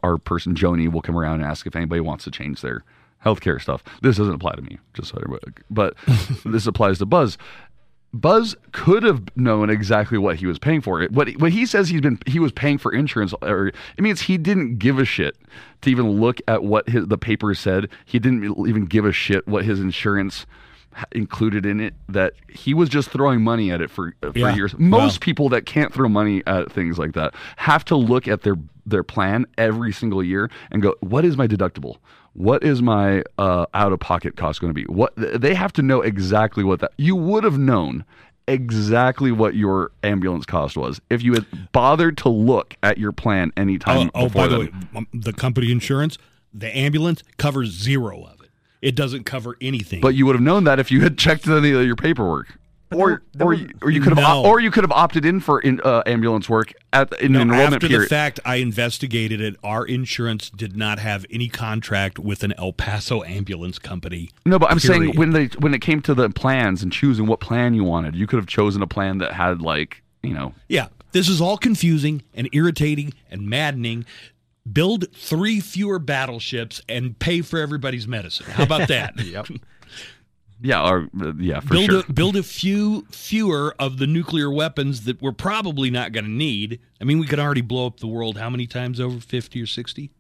Speaker 1: our person Joni will come around and ask if anybody wants to change their healthcare stuff. This doesn't apply to me, just so everybody, but this applies to Buzz. Buzz could have known exactly what he was paying for. It what what he says he's been he was paying for insurance. Or, it means he didn't give a shit to even look at what his, the paper said. He didn't even give a shit what his insurance ha- included in it. That he was just throwing money at it for for
Speaker 2: Yeah.
Speaker 1: years. Most
Speaker 2: Wow.
Speaker 1: people that can't throw money at things like that have to look at their their plan every single year and go, what is my deductible? What is my uh, out of pocket cost going to be? What th- they have to know exactly what that you would have known exactly what your ambulance cost was if you had bothered to look at your plan anytime.
Speaker 2: Oh, oh,
Speaker 1: before
Speaker 2: by the
Speaker 1: then.
Speaker 2: way, um, the company insurance, the ambulance covers zero of it. It doesn't cover anything.
Speaker 1: but you would have known that if you had checked any of your paperwork. Or,
Speaker 3: that
Speaker 1: or,
Speaker 3: would-
Speaker 1: you- or you could have
Speaker 2: No.
Speaker 1: op- or you could have opted in for in, uh, ambulance work at in
Speaker 2: No,
Speaker 1: the enrollment
Speaker 2: after
Speaker 1: period.
Speaker 2: the fact, I investigated it. Our insurance did not have any contract with an El Paso ambulance company.
Speaker 1: No, but I'm saying
Speaker 2: Period.
Speaker 1: when they when it came to the plans and choosing what plan you wanted, you could have chosen a plan that had like you know
Speaker 2: Yeah, this is all confusing and irritating and maddening. Build three fewer battleships and pay for everybody's medicine. How about that? yep.
Speaker 1: yeah or uh, yeah for
Speaker 2: build
Speaker 1: sure.
Speaker 2: a, build a few fewer of the nuclear weapons that we're probably not going to need. I mean, we could already blow up the world how many times over fifty or sixty?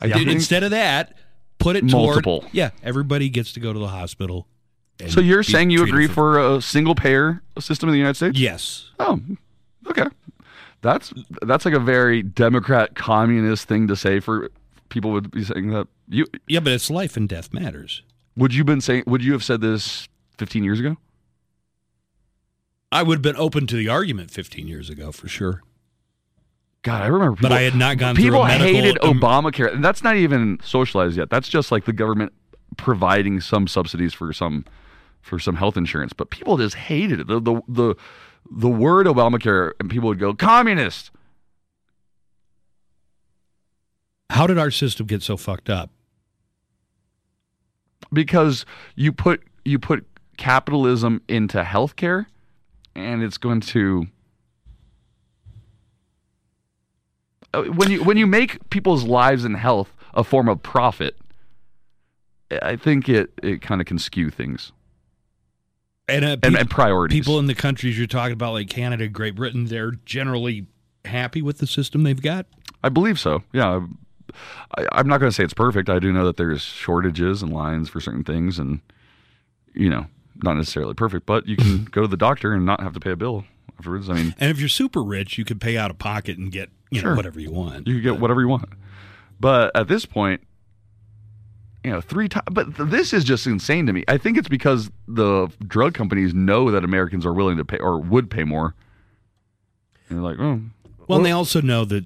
Speaker 1: I
Speaker 2: Dude,
Speaker 1: think-
Speaker 2: instead of that, put it
Speaker 1: Multiple.
Speaker 2: toward yeah. Everybody gets to go to the hospital. and
Speaker 1: so you're
Speaker 2: be
Speaker 1: saying you
Speaker 2: treated
Speaker 1: agree for a single payer system in the United States?
Speaker 2: yes?
Speaker 1: Oh, okay. That's that's like a very Democrat communist thing to say for people would be saying that you
Speaker 2: Yeah, but it's life and death matters.
Speaker 1: would you been saying would you have said this 15 years ago?
Speaker 2: I would have been open to the argument 15 years ago for sure,
Speaker 1: God, I remember.
Speaker 2: but
Speaker 1: People,
Speaker 2: I had not gone
Speaker 1: people
Speaker 2: through a medical.
Speaker 1: hated
Speaker 2: um,
Speaker 1: Obamacare, and that's not even socialized yet. That's just like the government providing some subsidies for some for some health insurance, but people just hated it. The the the, the word Obamacare, and people would go communist.
Speaker 2: How did our system get so fucked up?
Speaker 1: because you put you put capitalism into healthcare and it's going to Uh, when you when you make people's lives and health a form of profit i think it it kind of can skew things
Speaker 2: And, uh,
Speaker 1: and,
Speaker 2: peop-
Speaker 1: and priorities
Speaker 2: people in the countries you're talking about, like Canada, Great Britain, they're generally happy with the system they've got.
Speaker 1: i believe so yeah I, i'm not going to say it's perfect i do know that there's shortages and lines for certain things and you know not necessarily perfect but you can go to the doctor and not have to pay a bill afterwards i mean
Speaker 2: And if you're super rich, you could pay out of pocket and get you know
Speaker 1: Sure.
Speaker 2: whatever you want.
Speaker 1: You can get whatever you want. But at this point, you know, three times. But th- this is just insane to me. I think it's because the drug companies know that Americans are willing to pay or would pay more. And they're like, oh,
Speaker 2: Well, and they also know that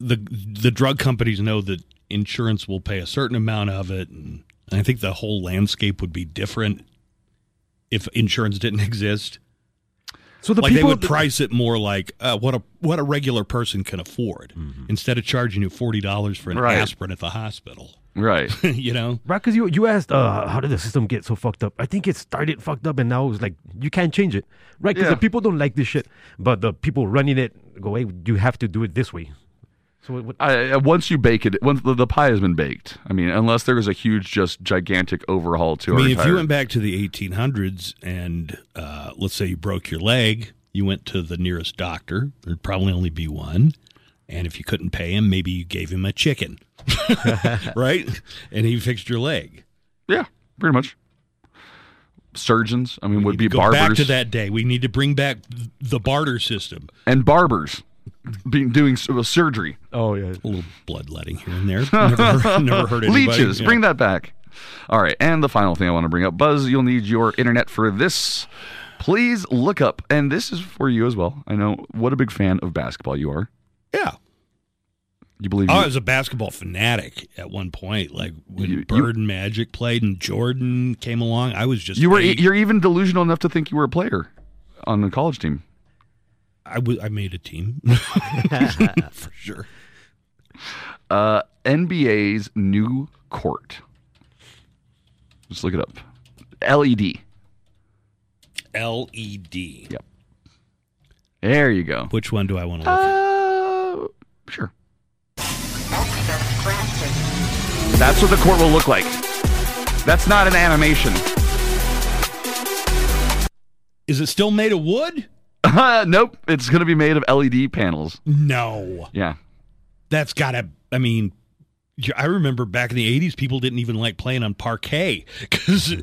Speaker 2: the the drug companies know that insurance will pay a certain amount of it, and I think the whole landscape would be different if insurance didn't exist.
Speaker 3: So the
Speaker 2: like
Speaker 3: people
Speaker 2: they would price it more like uh, what a what a regular person can afford instead of charging you forty dollars for an
Speaker 1: Mm-hmm. Right.
Speaker 2: aspirin at the hospital.
Speaker 1: right.
Speaker 2: you know,
Speaker 3: Right, because you, you asked, uh, how did the system get so fucked up? I think it started fucked up, and now it's like, you can't change it. Right, because
Speaker 1: Yeah.
Speaker 3: the people don't like this shit, but the people running it go, hey, you have to do it this way. So what, what,
Speaker 1: I, I- once you bake it, once the, the pie has been baked. I mean, unless there was a huge, just gigantic overhaul to
Speaker 2: I mean,
Speaker 1: our
Speaker 2: if you
Speaker 1: entire-
Speaker 2: went back to the 1800s and uh, let's say you broke your leg, you went to the nearest doctor. There'd probably only be one. And if you couldn't pay him, maybe you gave him a chicken, right? And he fixed your leg.
Speaker 1: yeah, pretty much. Surgeons, I mean, would be
Speaker 2: go
Speaker 1: barbers
Speaker 2: back to that day. We need to bring back th- the barter system.
Speaker 1: and barbers being doing s- uh, surgery.
Speaker 3: oh, yeah.
Speaker 2: A little bloodletting here and there. Never, never hurt anybody.
Speaker 1: Leeches,
Speaker 2: Yeah.
Speaker 1: bring that back. All right, and the final thing I want to bring up, Buzz, you'll need your internet for this. Please look up, and this is for you as well. I know what a big fan of basketball you are.
Speaker 2: Yeah. Oh,
Speaker 1: You believe
Speaker 2: I
Speaker 1: you,
Speaker 2: was a basketball fanatic at one point. Like when
Speaker 1: You- you-
Speaker 2: Bird and Magic played and Jordan came along, I was just
Speaker 1: you were e,
Speaker 2: eight.
Speaker 1: you're even delusional enough to think you were a player on the college team.
Speaker 2: I w- I made a team for sure.
Speaker 1: Uh, NBA's new court. Just look it up. E LED.
Speaker 2: LED.
Speaker 1: Yep. There you go.
Speaker 2: Which one do I want to look at?
Speaker 1: Uh, sure. That's what the court will look like. That's not an animation.
Speaker 2: Is it still made of wood?
Speaker 1: nope, it's going to be made of LED panels.
Speaker 2: No.
Speaker 1: Yeah.
Speaker 2: That's got to, I mean, y- I remember back in the 80s, people didn't even like playing on parquet because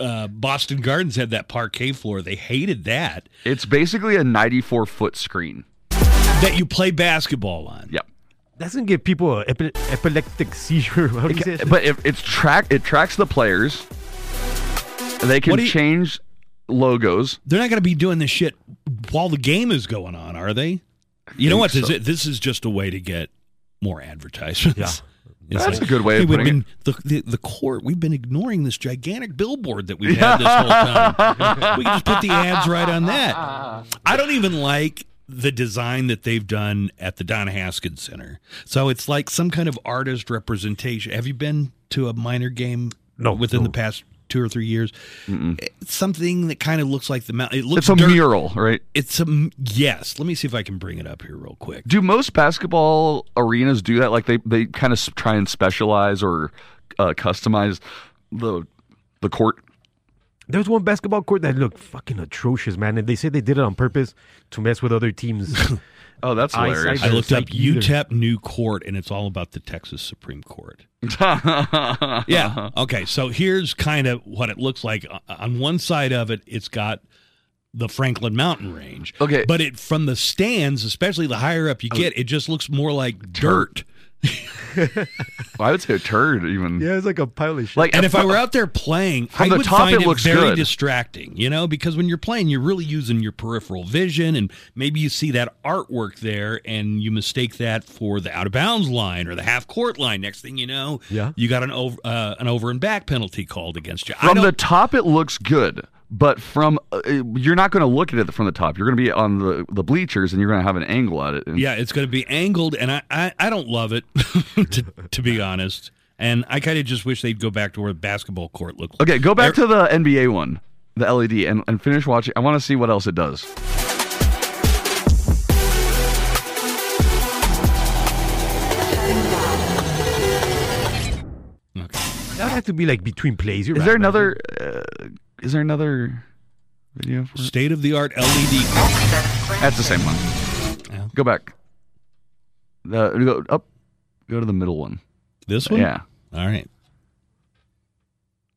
Speaker 2: uh, Boston Gardens had that parquet floor. They hated that,
Speaker 1: It's basically a 94 foot screen.
Speaker 2: that you play basketball on.
Speaker 1: Yep.
Speaker 3: Doesn't give people an epi- epileptic seizure. How do you say it?
Speaker 1: But if it's track it tracks the players. They
Speaker 2: What
Speaker 1: can
Speaker 2: do you-
Speaker 1: change logos.
Speaker 2: They're not going to be doing this shit while the game is going on, are they? You know
Speaker 1: think
Speaker 2: what? This,
Speaker 1: so.
Speaker 2: is, this is just a way to get more advertisements.
Speaker 3: Yeah.
Speaker 2: It's
Speaker 1: That's a good way of
Speaker 2: hey, we've
Speaker 1: putting
Speaker 2: been, The, the, the court, we've been ignoring this gigantic billboard that we've had this whole time. we can just put the ads right on that. I don't even like the design that they've done at the Don Haskins Center. So it's like some kind of artist representation. Have you been to a minor game
Speaker 3: No,
Speaker 2: within
Speaker 3: no.
Speaker 2: the past two or three years? It's something that kind of looks like the mountain. It looks
Speaker 1: It's a
Speaker 2: dirt-
Speaker 1: mural, right?
Speaker 2: It's a m- yes. Let me see if I can bring it up here real quick.
Speaker 1: Do most basketball arenas do that? Like they, they kind of try and specialize or uh, customize the the court.
Speaker 3: There's one basketball court that looked fucking atrocious, man. And they say they did it on purpose to mess with other teams.
Speaker 1: Oh, that's
Speaker 3: I-
Speaker 1: hilarious.
Speaker 2: I
Speaker 3: There's
Speaker 2: looked up
Speaker 3: like either.
Speaker 2: UTEP new court, and it's all about the Texas Supreme Court.
Speaker 1: Uh-huh.
Speaker 2: Yeah. Okay. So here's kind of what it looks like. O- On one side of it, it's got the Franklin Mountain Range.
Speaker 1: Okay. Oh.
Speaker 2: But it from the stands, especially the higher up you get, it just looks more like dirt.
Speaker 1: I would say a turd even.
Speaker 3: it's like a pile of shit.
Speaker 1: Like
Speaker 2: And if I were out there playing,
Speaker 1: From
Speaker 2: I
Speaker 1: the
Speaker 2: would
Speaker 1: top,
Speaker 2: find
Speaker 1: it
Speaker 2: it,
Speaker 1: looks
Speaker 2: very
Speaker 1: good.
Speaker 2: distracting, you know, because when you're playing, you're really using your peripheral vision, and maybe you see that artwork there, and you mistake that for the out of bounds line or the half court line. Next thing you know,
Speaker 3: Yeah.
Speaker 2: you got an over uh, an over and back penalty called against you. I
Speaker 1: from
Speaker 2: don't-
Speaker 1: the top, it looks good, but from uh, you're not going to look at it from the top. You're going to be on the, the bleachers and you're going to have an angle at it. And
Speaker 2: Yeah, it's going to be angled, and I, I, I don't love it, to, to be honest. And I kind of just wish they'd go back to where the basketball court looked.
Speaker 1: Okay, go back to the NBA one, the LED, and, and finish watching. I want to see what else it does.
Speaker 3: that had to be like between plays. You're
Speaker 1: Is
Speaker 3: right,
Speaker 1: there
Speaker 3: man.
Speaker 1: another? Uh, is there another video? For it?
Speaker 2: State of the art LED. E court.
Speaker 1: That's the same one.
Speaker 2: Yeah.
Speaker 1: Go back. The, go up. Go to the middle one.
Speaker 2: This one?
Speaker 1: Yeah.
Speaker 2: All right.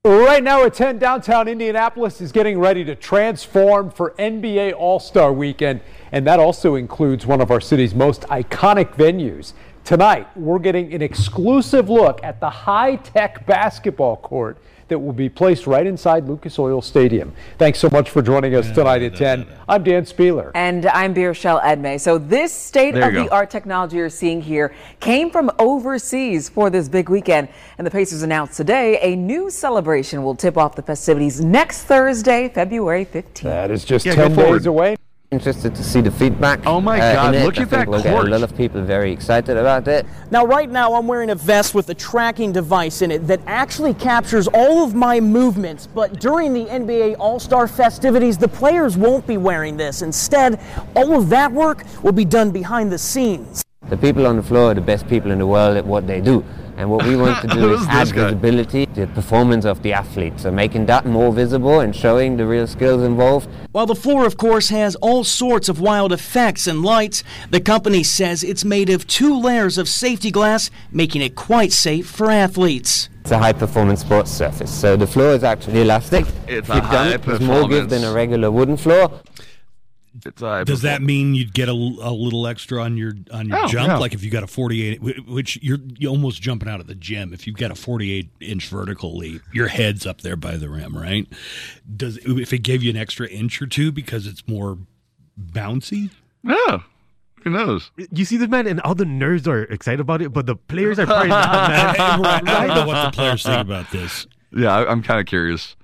Speaker 5: Right now at 10, downtown Indianapolis is getting ready to transform for NBA All Star Weekend, and that also includes one of our city's most iconic venues. Tonight, we're getting an exclusive look at the high tech basketball court that will be placed right inside Lucas Oil Stadium. Thanks so much for joining us tonight at 10. I'm Dan Spieler.
Speaker 6: And I'm Birchelle Edme. So this state
Speaker 1: There you
Speaker 6: of the
Speaker 1: go.
Speaker 6: art technology you're seeing here came from overseas for this big weekend. And the Pacers announced today a new celebration will tip off the festivities next Thursday, February 15th.
Speaker 5: That is just
Speaker 1: Yeah, go
Speaker 5: 10
Speaker 1: forward.
Speaker 5: days away.
Speaker 7: interested to see the feedback. uh,
Speaker 1: Oh my
Speaker 7: in
Speaker 1: God,
Speaker 7: it.
Speaker 1: look
Speaker 7: I
Speaker 1: at that
Speaker 7: think we'll get
Speaker 1: court.
Speaker 7: A lot of people very excited about it.
Speaker 8: Now, right now, I'm wearing a vest with a tracking device in it that actually captures all of my movements. But during the NBA All Star festivities, the players won't be wearing this. Instead, all of that work will be done behind the scenes.
Speaker 7: The people on the floor are the best people in the world at what they do. And what we want to do
Speaker 1: Who's
Speaker 7: is add
Speaker 1: this guy?
Speaker 7: visibility to the performance of the athletes, so making that more visible and showing the real skills involved.
Speaker 8: While the floor, of course, has all sorts of wild effects and lights, the company says it's made of two layers of safety glass, making it quite safe for athletes.
Speaker 7: It's a high performance sports surface, so the floor is actually elastic.
Speaker 1: It's
Speaker 7: If
Speaker 1: a
Speaker 7: you've done it with more give than
Speaker 1: high-performance-
Speaker 7: a regular wooden floor.
Speaker 1: It's, uh,
Speaker 2: Does that mean you'd get a, l- a little extra on your on your
Speaker 1: Oh,
Speaker 2: jump?
Speaker 1: yeah.
Speaker 2: Like if you got a 48, wh- which you're, you're almost jumping out of the gym. If you've got a 48 inch vertical leap, your head's up there by the rim, right? Does if it gave you an extra inch or two because it's more bouncy?
Speaker 1: Yeah. Who knows?
Speaker 3: You see this man, and all the nerds are excited about it, but the players are probably not, man.
Speaker 2: I don't know what the players think about this.
Speaker 1: Yeah, I, I'm kind of curious.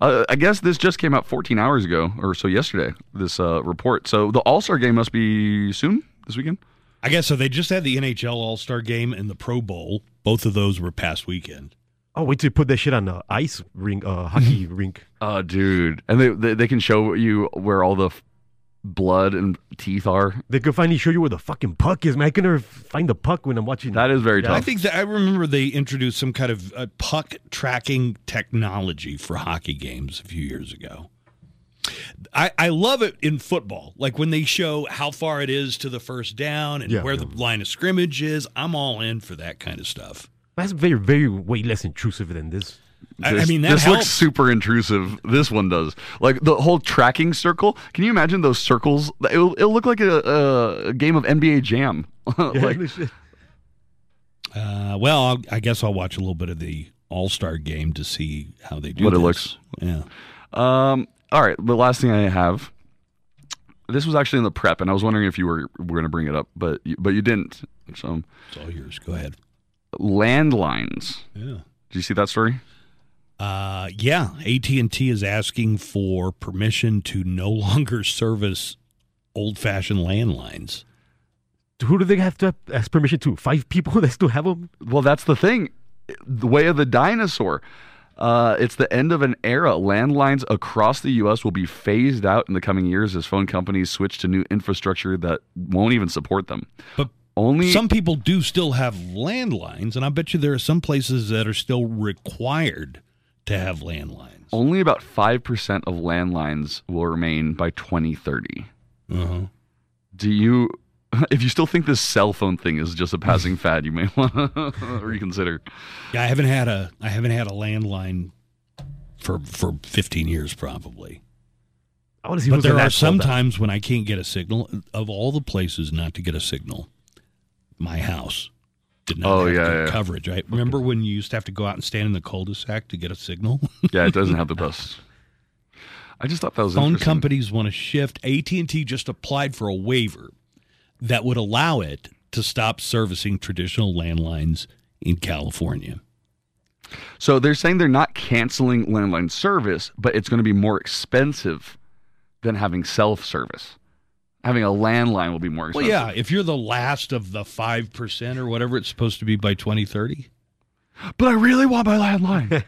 Speaker 1: Uh, I guess this just came out 14 hours ago or so yesterday. This uh, report. So the All Star game must be soon this weekend.
Speaker 2: I guess so. They just had the NHL All Star Game and the Pro Bowl. Both of those were past weekend.
Speaker 3: Oh, wait till you put that shit on the ice rink, uh, hockey rink.
Speaker 1: Oh, dude! And they, they they can show you where all the f- blood and teeth are.
Speaker 3: They could finally show you where the fucking puck is, man. I can never find the puck when I'm watching.
Speaker 1: That is very
Speaker 2: I
Speaker 1: tough.
Speaker 2: think that I remember they introduced some kind of uh, puck tracking technology for hockey games a few years ago. I, I love it in football, like when they show how far it is to the first down and
Speaker 3: Yeah,
Speaker 2: where
Speaker 3: yeah.
Speaker 2: the line of scrimmage is. I'm all in for that kind of stuff.
Speaker 3: That's very, very way less intrusive than this.
Speaker 2: I, I
Speaker 1: This-
Speaker 2: mean, that
Speaker 1: this
Speaker 2: helps.
Speaker 1: looks super intrusive. This one does. Like the whole tracking circle. Can you imagine those circles? It'll, it'll look like a, a game of NBA Jam. like,
Speaker 2: Uh, well, I'll, I guess I'll watch a little bit of the All Star game to see how they do
Speaker 1: What it
Speaker 2: this.
Speaker 1: looks.
Speaker 2: Yeah.
Speaker 1: um, all right. The last thing I have. This was actually in the prep, and I was wondering if you were were going to bring it up, but you, but you didn't. So
Speaker 2: It's all yours. Go ahead.
Speaker 1: landlines.
Speaker 2: Yeah.
Speaker 1: Did you see that story?
Speaker 2: Uh, yeah, AT&T is asking for permission to no longer service old-fashioned landlines.
Speaker 3: Who do they have to ask permission to? Five people that still have them?
Speaker 1: Well, that's the thing. The way of the dinosaur. Uh, it's the end of an era. Landlines across the U.S. will be phased out in the coming years as phone companies switch to new infrastructure that won't even support them.
Speaker 2: But
Speaker 1: Only
Speaker 2: some people do still have landlines, and I bet you there are some places that are still required to have landlines.
Speaker 1: only about five percent of landlines will remain by 2030.
Speaker 2: Uh-huh.
Speaker 1: Do you? If you still think this cell phone thing is just a passing fad, you may want to reconsider.
Speaker 2: Yeah, I haven't had a I haven't had a landline for for 15 years probably.
Speaker 3: I want to see
Speaker 2: but
Speaker 3: who's
Speaker 2: there
Speaker 3: the
Speaker 2: are
Speaker 3: last one
Speaker 2: some
Speaker 3: that-
Speaker 2: times when I can't get a signal. Of all the places not to get a signal, my house did not
Speaker 1: Oh,
Speaker 2: have
Speaker 1: yeah,
Speaker 2: good
Speaker 1: yeah.
Speaker 2: coverage. I remember when you used to have to go out and stand in the cul-de-sac to get a signal.
Speaker 1: Yeah, it doesn't have the best. I just thought that was
Speaker 2: Phone
Speaker 1: interesting.
Speaker 2: companies want to shift. AT and T just applied for a waiver that would allow it to stop servicing traditional landlines in California.
Speaker 1: So they're saying they're not canceling landline service, but it's going to be more expensive than having self service. Having a landline will be more
Speaker 2: Well,
Speaker 1: expensive.
Speaker 2: yeah, if you're the last of the five percent or whatever it's supposed to be by 2030.
Speaker 1: But I really want my landline.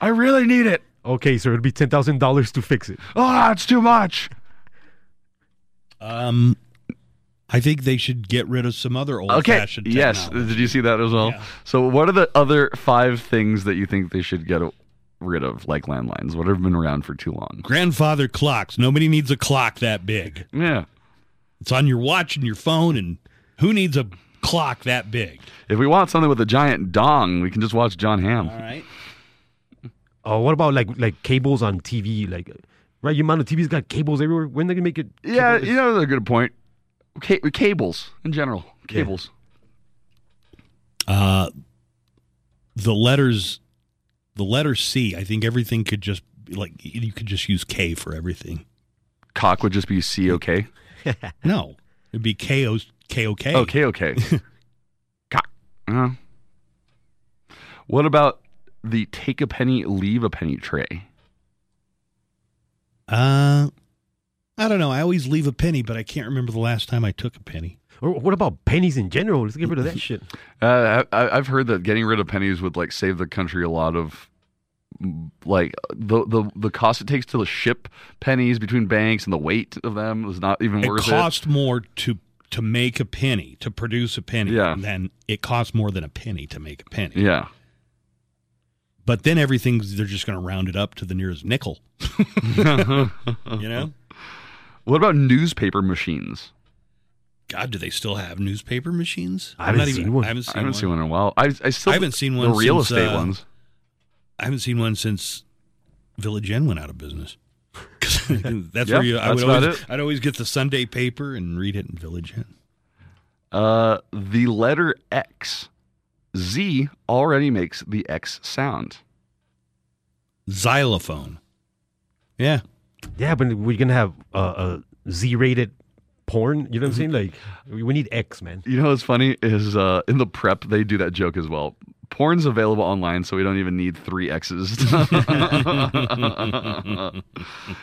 Speaker 1: I really need it.
Speaker 3: Okay, so it'll be ten thousand dollars to fix it.
Speaker 1: Oh, it's too much.
Speaker 2: Um, I think they should get rid of some other old
Speaker 1: Okay.
Speaker 2: fashioned.
Speaker 1: Yes. Did you see that as well?
Speaker 2: Yeah.
Speaker 1: So, what are the other five things that you think they should get rid of, like landlines? What have been around for too long?
Speaker 2: Grandfather clocks. Nobody needs a clock that big.
Speaker 1: Yeah.
Speaker 2: It's on your watch and your phone, and who needs a clock that big?
Speaker 1: If we want something with a giant dong, we can just watch John Hamm.
Speaker 2: All right.
Speaker 3: Oh, what about like like cables on TV? Like, right? Your amount of TV's got cables everywhere. When they gonna make it?
Speaker 1: Yeah,
Speaker 3: cable-
Speaker 1: you know, that's a good point. Ca- cables in general. Cables.
Speaker 2: Uh, the letters, the letter C. I think everything could just be like you could just use K for everything.
Speaker 1: cock would just be C O K.
Speaker 2: No, it'd be K O K O K.
Speaker 1: Oh, K O K. Cock. Uh-huh. What about the take a penny, leave a penny tray?
Speaker 2: Uh, I don't know. I always leave a penny, but I can't remember the last time I took a penny.
Speaker 3: Or what about pennies in general? Let's get rid of that shit.
Speaker 1: Uh, I, I- I've heard that getting rid of pennies would like save the country a lot of mm, like the the the cost it takes to ship pennies between banks and the weight of them is not even
Speaker 2: it
Speaker 1: worth
Speaker 2: costs more to to make a penny to produce a penny
Speaker 1: Yeah.
Speaker 2: than it costs more than a penny to make a penny
Speaker 1: it. Yeah.
Speaker 2: but then everything's they're just going to round it up to the nearest nickel you know
Speaker 1: What about newspaper machines?
Speaker 2: god do they still have newspaper machines
Speaker 3: I
Speaker 2: I'm
Speaker 3: haven't
Speaker 2: not
Speaker 3: seen one.
Speaker 2: i haven't seen,
Speaker 1: I haven't
Speaker 2: one.
Speaker 1: seen one in a while. I I still
Speaker 2: I haven't seen
Speaker 1: the
Speaker 2: one
Speaker 1: real
Speaker 2: since,
Speaker 1: estate
Speaker 2: uh,
Speaker 1: ones.
Speaker 2: i haven't seen one since village inn went out of business 'Cause that's
Speaker 1: Yeah,
Speaker 2: where you i
Speaker 1: that's
Speaker 2: would
Speaker 1: about
Speaker 2: always
Speaker 1: it.
Speaker 2: i'd always get the sunday paper and read it in village inn
Speaker 1: Uh, the letter X. Z already makes the X sound.
Speaker 2: xylophone yeah
Speaker 3: Yeah, but we're gonna have uh, a Z-rated porn. You know what I'm
Speaker 1: Mm-hmm.
Speaker 3: saying? Like, we we need X, man.
Speaker 1: You know what's funny is uh, in the prep they do that joke as well. Porn's available online, so we don't even need three X's.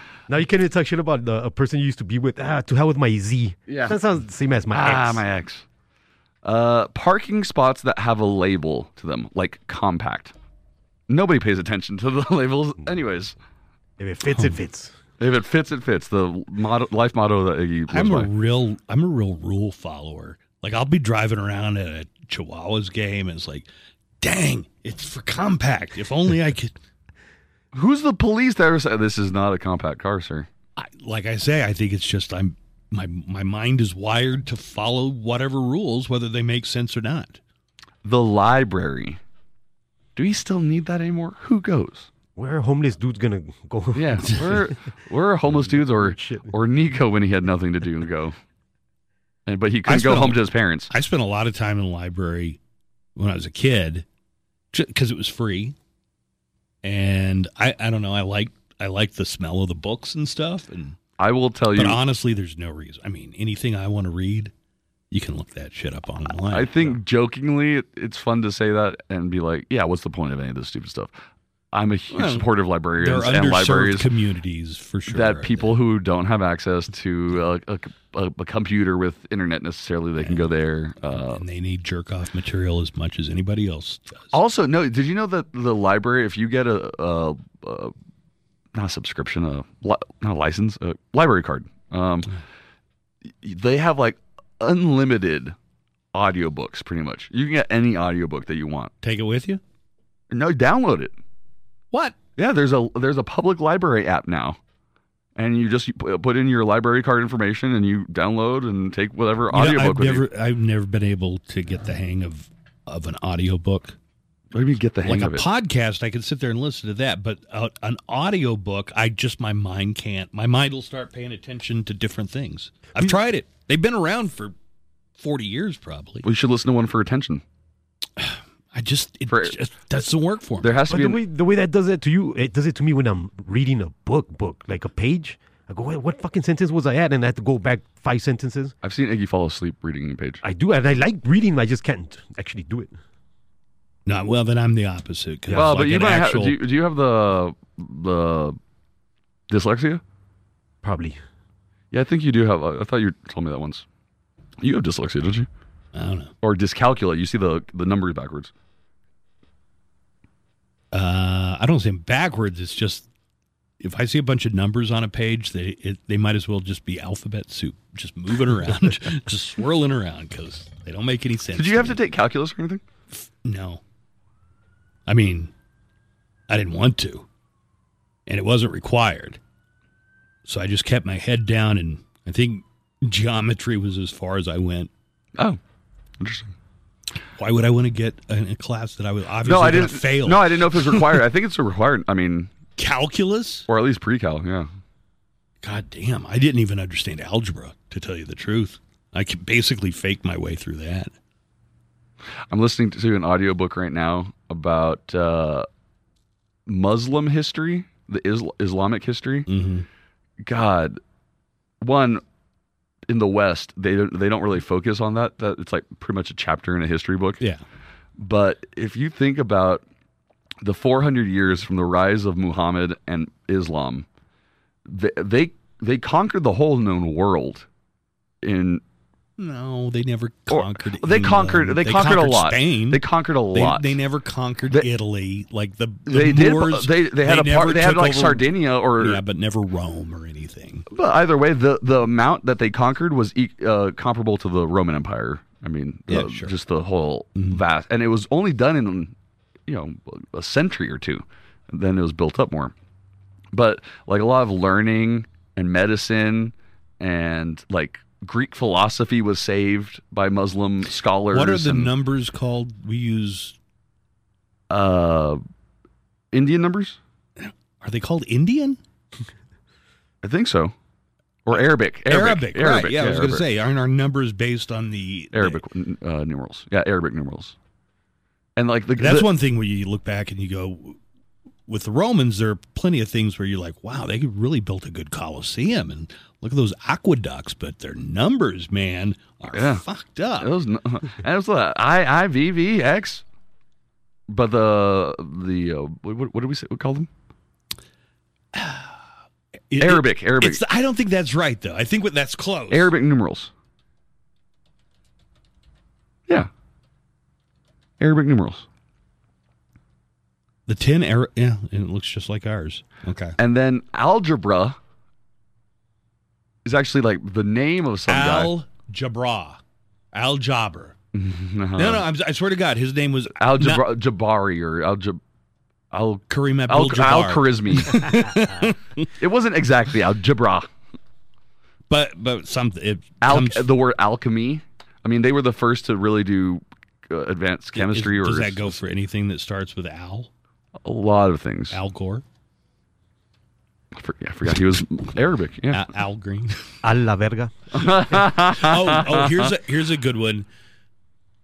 Speaker 3: Now you can't even talk shit about the, a person you used to be with. Ah, to hell with my Z.
Speaker 1: Yeah.
Speaker 3: That sounds the same as my
Speaker 1: ah,
Speaker 3: ex.
Speaker 1: my ex. Uh, parking spots that have a label to them, like compact. Nobody pays attention to the labels, anyways.
Speaker 3: If it fits, it fits.
Speaker 1: If it fits, it fits. The motto, life motto that Iggy lives
Speaker 2: I'm a
Speaker 1: by.
Speaker 2: real I'm a real rule follower. Like I'll be driving around at a Chihuahuas game and it's like, dang, it's for compact. If only I could
Speaker 1: Who's the police that ever said this is not a compact car, sir?
Speaker 2: I, like I say, I think it's just I'm my my mind is wired to follow whatever rules, whether they make sense or not.
Speaker 1: The library. Do we still need that anymore? Who goes?
Speaker 3: Where are homeless dude's gonna go?
Speaker 1: Yeah, we're we're homeless dudes or
Speaker 3: Shit.
Speaker 1: or Nico when he had nothing to do and go, and but he
Speaker 2: I
Speaker 1: couldn't go
Speaker 2: spent-
Speaker 1: home to his parents.
Speaker 2: I spent a lot of time in the library when I was a kid because it was free, and I I don't know I like I like the smell of the books and stuff and.
Speaker 1: I will tell you,
Speaker 2: But honestly, there's no reason. I mean, anything I want to read, you can look that shit up online.
Speaker 1: I think jokingly it- it's fun to say that and be like, yeah, what's the point of any of this stupid stuff? I'm a huge
Speaker 2: Well,
Speaker 1: supporter of
Speaker 2: there are
Speaker 1: librarians and
Speaker 2: underserved
Speaker 1: libraries
Speaker 2: communities for sure.
Speaker 1: that people who don't have access to a, a, a, a computer with internet necessarily they can go there. Uh,
Speaker 2: and they need jerk off material as much as anybody else does.
Speaker 1: also, no, did you know that the library, if you get a, a, a not a subscription, a li- not a license, a library card, um, y- they have like unlimited audiobooks pretty much. You can get any audiobook that you want.
Speaker 2: Take it with you.
Speaker 1: No, download it.
Speaker 2: What?
Speaker 1: Yeah, there's a there's a public library app now, and you just pu- put in your library card information and you download and take whatever
Speaker 2: You know,
Speaker 1: audiobook
Speaker 2: I've
Speaker 1: with
Speaker 2: never,
Speaker 1: you.
Speaker 2: I've never been able to get the hang of of an audiobook.
Speaker 1: What do you mean get the hang
Speaker 2: Like a
Speaker 1: of it?
Speaker 2: podcast, I could sit there and listen to that, but uh, an audiobook, I just my mind can't. My mind will start paying attention to different things.
Speaker 1: Hmm.
Speaker 2: I've tried it. They've been around for forty years, probably.
Speaker 1: we should listen to one for attention.
Speaker 2: I just it
Speaker 1: For-
Speaker 2: just doesn't work for me.
Speaker 1: There has to
Speaker 3: But
Speaker 1: be.
Speaker 3: the
Speaker 1: an-
Speaker 3: way the way that does that to you, it does it to me when I'm reading a book, book like a page. I go, Wait, what fucking sentence was I at? And I have to go back five sentences.
Speaker 1: I've seen Iggy fall asleep reading a page.
Speaker 3: I do, and I like reading. I just can't actually do it.
Speaker 2: no, well then I'm the opposite. 'cause
Speaker 1: well,
Speaker 2: like
Speaker 1: but you
Speaker 2: an
Speaker 1: might have.
Speaker 2: actual-
Speaker 1: Do you, do you have the the dyslexia?
Speaker 3: Probably.
Speaker 1: Yeah, I think you do have. I thought you told me that once. You have dyslexia, don't you?
Speaker 2: I don't know.
Speaker 1: Or dyscalculia? You see the the numbers backwards.
Speaker 2: Uh, I don't say 'em backwards. It's just if I see a bunch of numbers on a page, they it, they might as well just be alphabet soup, just moving around, just swirling around because they don't make any sense.
Speaker 1: Did you have to take calculus or anything?
Speaker 2: No. I mean, I didn't want to, and it wasn't required. So I just kept my head down, and I think geometry was as far as I went.
Speaker 1: Oh, interesting.
Speaker 2: Why would I want to get in a class that I was obviously
Speaker 1: no, I
Speaker 2: going
Speaker 1: didn't
Speaker 2: to fail?
Speaker 1: No, I didn't know if it was required. I think it's a required. I mean,
Speaker 2: calculus.
Speaker 1: or at least pre-cal. Yeah,
Speaker 2: God damn, I didn't even understand algebra. To tell you the truth, I could basically fake my way through that.
Speaker 1: I'm listening to an audiobook right now about uh, Muslim history, the Isl- Islamic history.
Speaker 2: Mm-hmm.
Speaker 1: God, one in the West, they don't they don't really focus on that. That it's like pretty much a chapter in a history book.
Speaker 2: Yeah,
Speaker 1: But if you think about the 400 years from the rise of Muhammad and Islam, they they, they conquered the whole known world in
Speaker 2: no, they never
Speaker 1: or-
Speaker 2: conquered.
Speaker 1: they
Speaker 2: England.
Speaker 1: conquered they, conquered, a lot.
Speaker 2: Spain.
Speaker 1: They conquered a
Speaker 2: They-
Speaker 1: lot.
Speaker 2: They, never conquered
Speaker 1: They-
Speaker 2: Italy. Like the, the
Speaker 1: They did. but
Speaker 2: Moors,
Speaker 1: They they had a
Speaker 2: never
Speaker 1: part. They had
Speaker 2: took
Speaker 1: like
Speaker 2: over-
Speaker 1: Sardinia or.
Speaker 2: Yeah, but never Rome or anything.
Speaker 1: But either way, the the amount that they conquered was e- uh, comparable to the Roman Empire. I mean, the,
Speaker 2: Yeah, sure. Mm-hmm.
Speaker 1: just the whole vast, and it was only done in you know a century or two. Then it was built up more. But like a lot of learning and medicine and like Greek philosophy was saved by Muslim scholars.
Speaker 2: What are the
Speaker 1: and,
Speaker 2: numbers called? We use
Speaker 1: uh, Indian numbers?
Speaker 2: are they called Indian?
Speaker 1: I think so. Or Arabic.
Speaker 2: Arabic, right?
Speaker 1: Arabic,
Speaker 2: yeah, I was going to
Speaker 1: Arabic.
Speaker 2: say, aren't our numbers based on the the-
Speaker 1: Arabic uh, numerals. Yeah, Arabic numerals. And like the
Speaker 2: That's
Speaker 1: the-
Speaker 2: one thing where you look back and you go, with the Romans, there are plenty of things where you're like, wow, they really built a good Colosseum. And look at those aqueducts, but their numbers, man, are
Speaker 1: Yeah. Oh.
Speaker 2: fucked up.
Speaker 1: uh, Those, n- and it was the I I V V X. But the the uh, what, what do we say? We call them
Speaker 2: It-
Speaker 1: Arabic, Arabic.
Speaker 2: It's, I don't think that's right though. I think what that's close.
Speaker 1: Arabic numerals. Yeah, Arabic numerals.
Speaker 2: The ten Ara- yeah, and it looks just like ours. Okay.
Speaker 1: And then algebra is actually like the name of some guy.
Speaker 2: Al Jabra. Al Jabber. No,
Speaker 1: Oh.
Speaker 2: no, I'm, I swear to God, his name was
Speaker 1: Algebra
Speaker 2: not-
Speaker 1: Jabari or algebra Al
Speaker 2: Kareem
Speaker 1: Al,
Speaker 2: Abdul-Jabbar.
Speaker 1: al Kharizmi. it wasn't exactly algebra.
Speaker 2: but but something. It
Speaker 1: Al-
Speaker 2: comes-
Speaker 1: the word alchemy. I mean, they were the first to really do uh, advanced chemistry
Speaker 2: is-
Speaker 1: or
Speaker 2: does that go for anything that starts with Al?
Speaker 1: a lot of things.
Speaker 2: Al Gore,
Speaker 1: I, for- yeah, I forgot he was Arabic. Yeah.
Speaker 2: Al, Al Green.
Speaker 3: A la verga.
Speaker 2: oh, oh, here's a here's a good one.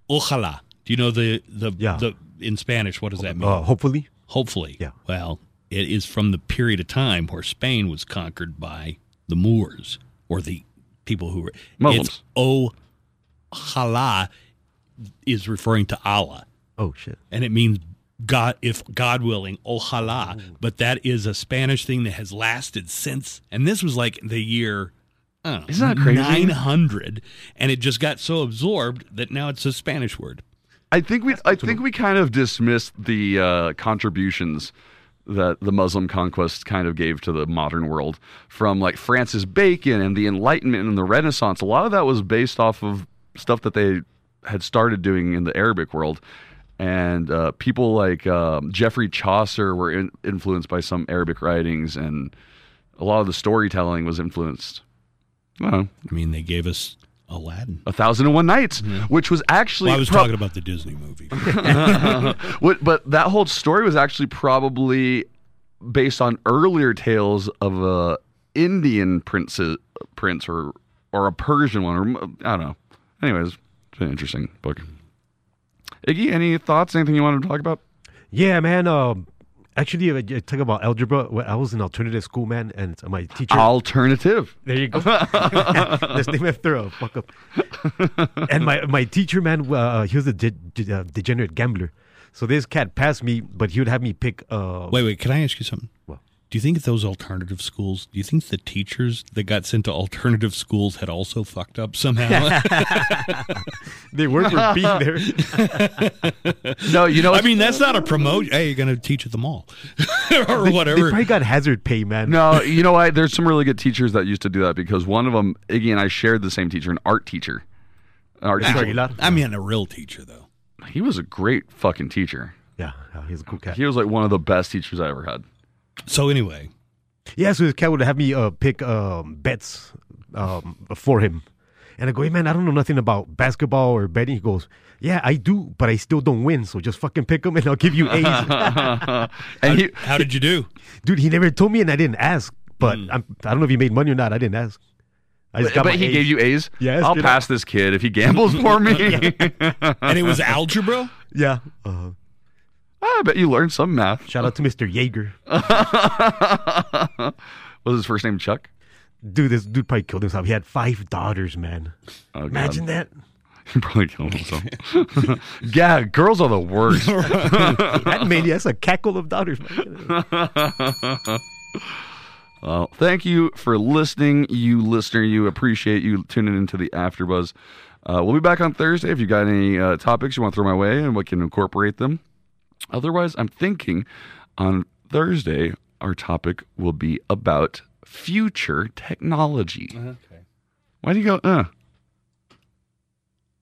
Speaker 2: Ojalá. Do you know the the,
Speaker 3: Yeah.
Speaker 2: the in Spanish? What does that mean?
Speaker 3: Uh, hopefully.
Speaker 2: Hopefully.
Speaker 3: Yeah.
Speaker 2: Well, it is from the period of time where Spain was conquered by the Moors or the people who were
Speaker 1: Muslims.
Speaker 2: It's Ojalá is referring to Allah,
Speaker 3: Oh shit.
Speaker 2: and it means God, if God willing, ojalá. But that is a Spanish thing that has lasted since, and this was like the year. I don't know,
Speaker 1: Isn't that crazy?
Speaker 2: 900 and it just got so absorbed that now it's a Spanish word.
Speaker 1: I think we I think we kind of dismissed the uh, contributions that the Muslim conquest kind of gave to the modern world from like Francis Bacon and the Enlightenment and the Renaissance. A lot of that was based off of stuff that they had started doing in the Arabic world. And uh, people like um, Geoffrey Chaucer were in, influenced by some Arabic writings, and a lot of the storytelling was influenced. I don't know,
Speaker 2: I mean, they gave us Aladdin.
Speaker 1: A Thousand and One Nights, which was actually
Speaker 2: Mm-hmm. Well, I was
Speaker 1: prob-
Speaker 2: talking about the Disney movie.
Speaker 1: What, but that whole story was actually probably based on earlier tales of a Indian prince, prince or or a Persian one, or I don't know. Anyways, it's an interesting book. Iggy, any thoughts? Anything you wanted to talk about?
Speaker 3: Yeah, man. Um, actually, if I talk about algebra. When I was in alternative school, man, and my teacher.
Speaker 1: Alternative.
Speaker 3: There you go. Let's name after a fuck up. And my my teacher, man, uh, he was a de- de- uh, degenerate gambler. So this cat passed me, but he would have me pick. Uh,
Speaker 2: Wait, wait. Can I ask you something?
Speaker 3: What?
Speaker 2: Do you think at those alternative schools, do you think the teachers that got sent to alternative schools had also fucked up somehow?
Speaker 3: They were for being there.
Speaker 1: No, you know.
Speaker 2: I
Speaker 1: what's-
Speaker 2: mean, that's not a promotion. Hey, you're going to teach at the mall or
Speaker 3: They
Speaker 2: whatever.
Speaker 3: probably got hazard pay, man.
Speaker 1: no, you know what? There's some really good teachers that used to do that because one of them, Iggy and I shared the same teacher, an art teacher. An art
Speaker 3: Sorry,
Speaker 1: teacher.
Speaker 3: Aguilar.
Speaker 2: I mean, a real teacher, though.
Speaker 1: He was a great fucking teacher.
Speaker 3: Yeah, yeah, he's a cool cat.
Speaker 1: He was like one of the best teachers I ever had.
Speaker 2: So, anyway,
Speaker 3: Yeah, so this cat would have me uh, pick um, bets um, for him. And I go, hey, man, I don't know nothing about basketball or betting. He goes, yeah, I do, but I still don't win. So just fucking pick them and I'll give you A's.
Speaker 1: And he,
Speaker 2: how did you do?
Speaker 3: Dude, he never told me and I didn't ask. But I'm, I don't know if he made money or not. I didn't ask. I just
Speaker 1: Hmm. But,
Speaker 3: my
Speaker 1: he
Speaker 3: A's.
Speaker 1: gave you A's.
Speaker 3: Yes,
Speaker 1: I'll
Speaker 3: did
Speaker 1: pass this kid if he gambles for me.
Speaker 2: And it was algebra?
Speaker 3: Yeah. Uh,
Speaker 1: I bet you learned some math.
Speaker 3: shout out to Mr. Jaeger.
Speaker 1: Was his first name Chuck?
Speaker 3: Dude, this dude probably killed himself. He had five daughters, man.
Speaker 1: Oh, God.
Speaker 3: Imagine that.
Speaker 1: He probably killed himself. yeah, girls are the worst.
Speaker 3: That many. That's a cackle of daughters, man.
Speaker 1: Well, Uh, thank you for listening, you listener. You appreciate you tuning into the AfterBuzz. Uh, we'll be back on Thursday if you got any uh, topics you want to throw my way and we can incorporate them. Otherwise, I'm thinking on Thursday our topic will be about future technology.
Speaker 2: Okay.
Speaker 1: Why do you go? Uh,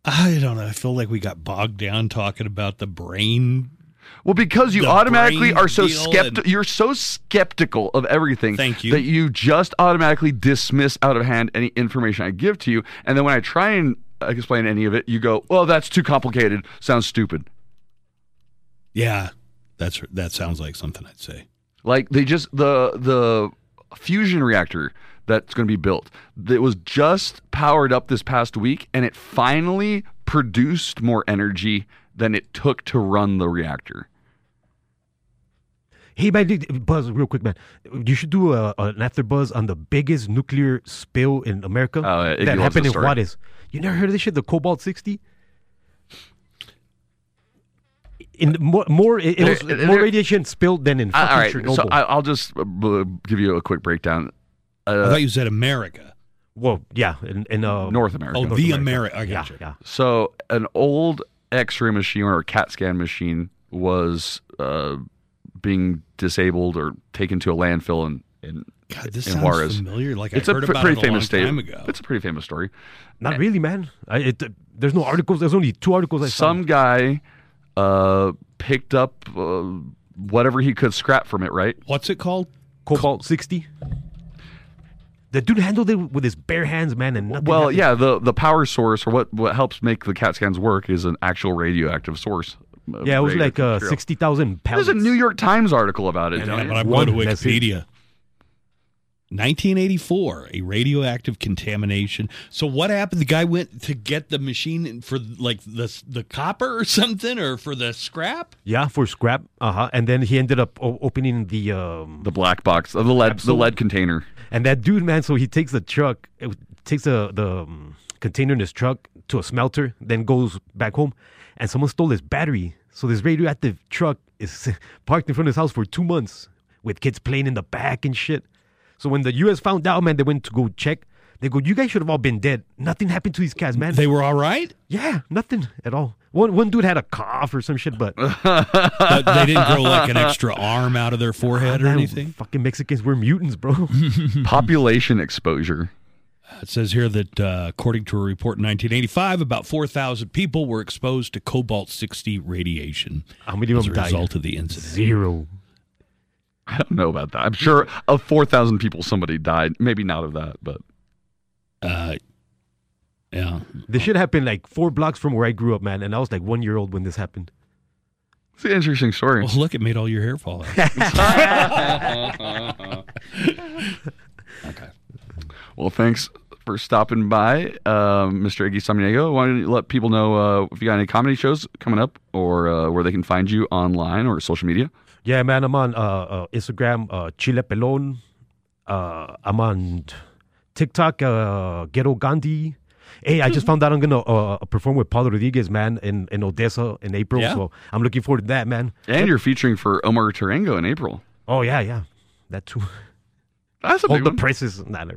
Speaker 2: I don't know. I feel like we got bogged down talking about the brain.
Speaker 1: well, because you
Speaker 2: The
Speaker 1: automatically
Speaker 2: brain
Speaker 1: are so
Speaker 2: deal
Speaker 1: skeptical.
Speaker 2: and-
Speaker 1: You're so skeptical of everything.
Speaker 2: Thank you.
Speaker 1: That you just automatically dismiss out of hand any information I give to you, and then when I try and explain any of it, you go, "Well, that's too complicated. Sounds stupid."
Speaker 2: Yeah, that's that sounds like something I'd say.
Speaker 1: Like they just the the fusion reactor that's going to be built that was just powered up this past week, and it finally produced more energy than it took to run the reactor.
Speaker 3: Hey man, dude, Buzz, real quick, man. You should do a, an after buzz on the biggest nuclear spill in America
Speaker 1: Oh, yeah, Iggy
Speaker 3: that
Speaker 1: loves
Speaker 3: happened
Speaker 1: this
Speaker 3: in
Speaker 1: story.
Speaker 3: Juarez. You never heard of this shit? The Cobalt sixty. in more more it, it was
Speaker 1: There-
Speaker 3: more
Speaker 1: there-
Speaker 3: radiation spilled than in
Speaker 1: Uh,
Speaker 3: fucking
Speaker 1: all right,
Speaker 3: Chernobyl.
Speaker 1: so I, I'll just uh, b- give you a quick breakdown. Uh,
Speaker 2: I thought you said America.
Speaker 3: well, yeah, in, in uh,
Speaker 1: North America.
Speaker 2: Oh,
Speaker 3: North
Speaker 2: the
Speaker 3: America.
Speaker 2: America. I
Speaker 3: yeah,
Speaker 2: gotcha.
Speaker 3: yeah.
Speaker 1: So an old X-ray machine or a CAT scan machine was uh, being disabled or taken to a landfill and. and
Speaker 2: God, this
Speaker 1: in
Speaker 2: sounds
Speaker 1: Juarez.
Speaker 2: familiar. Like
Speaker 1: it's
Speaker 2: I
Speaker 1: a
Speaker 2: heard
Speaker 1: pr-
Speaker 2: about
Speaker 1: pretty
Speaker 2: it a
Speaker 1: famous
Speaker 2: long
Speaker 1: sta-
Speaker 2: time ago.
Speaker 1: It's a pretty famous story.
Speaker 3: Not really, man. I, it, there's no articles. There's only two articles I
Speaker 1: Some guy uh, picked up uh, whatever he could scrap from it, right?
Speaker 2: What's it called?
Speaker 3: saw. Cobalt sixty. The dude handled it with his bare hands, man, and nothing.
Speaker 1: Well,
Speaker 3: happened.
Speaker 1: yeah, the the power source or what what helps make the CAT scans work is an actual radioactive source. uh,
Speaker 3: yeah, it was like
Speaker 1: radioactive
Speaker 3: uh,
Speaker 1: material.
Speaker 3: sixty thousand pounds.
Speaker 1: There's a New York Times article about it.
Speaker 2: Yeah,
Speaker 1: Johnny.
Speaker 2: but I'm
Speaker 3: one,
Speaker 2: going to
Speaker 3: that's it.
Speaker 2: Wikipedia. 1984, a radioactive contamination. So what happened? The guy went to get the machine in- for like the the copper or something, or for the scrap.
Speaker 3: Yeah, for scrap. Uh huh. And then he ended up o- opening the um,
Speaker 1: the black box, uh, the lead, the lead container.
Speaker 3: And that dude, man, so he takes the truck, it w- takes the the um, container in his truck to a smelter, then goes back home, and someone stole his battery. So this radioactive truck is parked in front of his house for two months with kids playing in the back and shit. So when the U.S. found out, man, they went to go check. They go, you guys should have all been dead. Nothing happened to these cats, man.
Speaker 2: They were all right.
Speaker 3: yeah, nothing at all. One one dude had a cough or some shit, but
Speaker 2: But they didn't grow like an extra arm out of their forehead or
Speaker 3: man,
Speaker 2: anything.
Speaker 3: fucking Mexicans were mutants, bro.
Speaker 1: Population exposure.
Speaker 2: It says here that uh, according to a report in 1985, about 4,000 people were exposed to cobalt 60 radiation
Speaker 3: How many of
Speaker 2: as a
Speaker 3: them died?
Speaker 2: result of the incident.
Speaker 3: Zero.
Speaker 1: I don't know about that. I'm sure of 4,000 people, somebody died. Maybe not of that, but
Speaker 2: Uh, yeah,
Speaker 3: This shit happened like four blocks from where I grew up, man. And I was like one year old when this happened.
Speaker 1: it's an interesting story.
Speaker 2: Well, look, it made all your hair fall out.
Speaker 1: Well, thanks for stopping by, um, Mr. Iggy Samaniego. Why don't you let people know uh, if you got any comedy shows coming up or uh, where they can find you online or social media?
Speaker 3: Yeah, man. I'm on uh, uh, Instagram, uh, Chile Pelon. Uh, I'm on TikTok, uh, Ghetto Gandhi. Hey, I just found out I'm gonna uh, perform with Paulo Rodriguez, man, in, in Odessa in April.
Speaker 2: Yeah.
Speaker 3: So I'm looking forward to that, man.
Speaker 1: And you're featuring for Omar Tarango in April.
Speaker 3: Oh yeah, yeah, that too.
Speaker 1: That's a
Speaker 3: Hold
Speaker 1: big
Speaker 3: the
Speaker 1: one.
Speaker 3: prices. Nah, nah.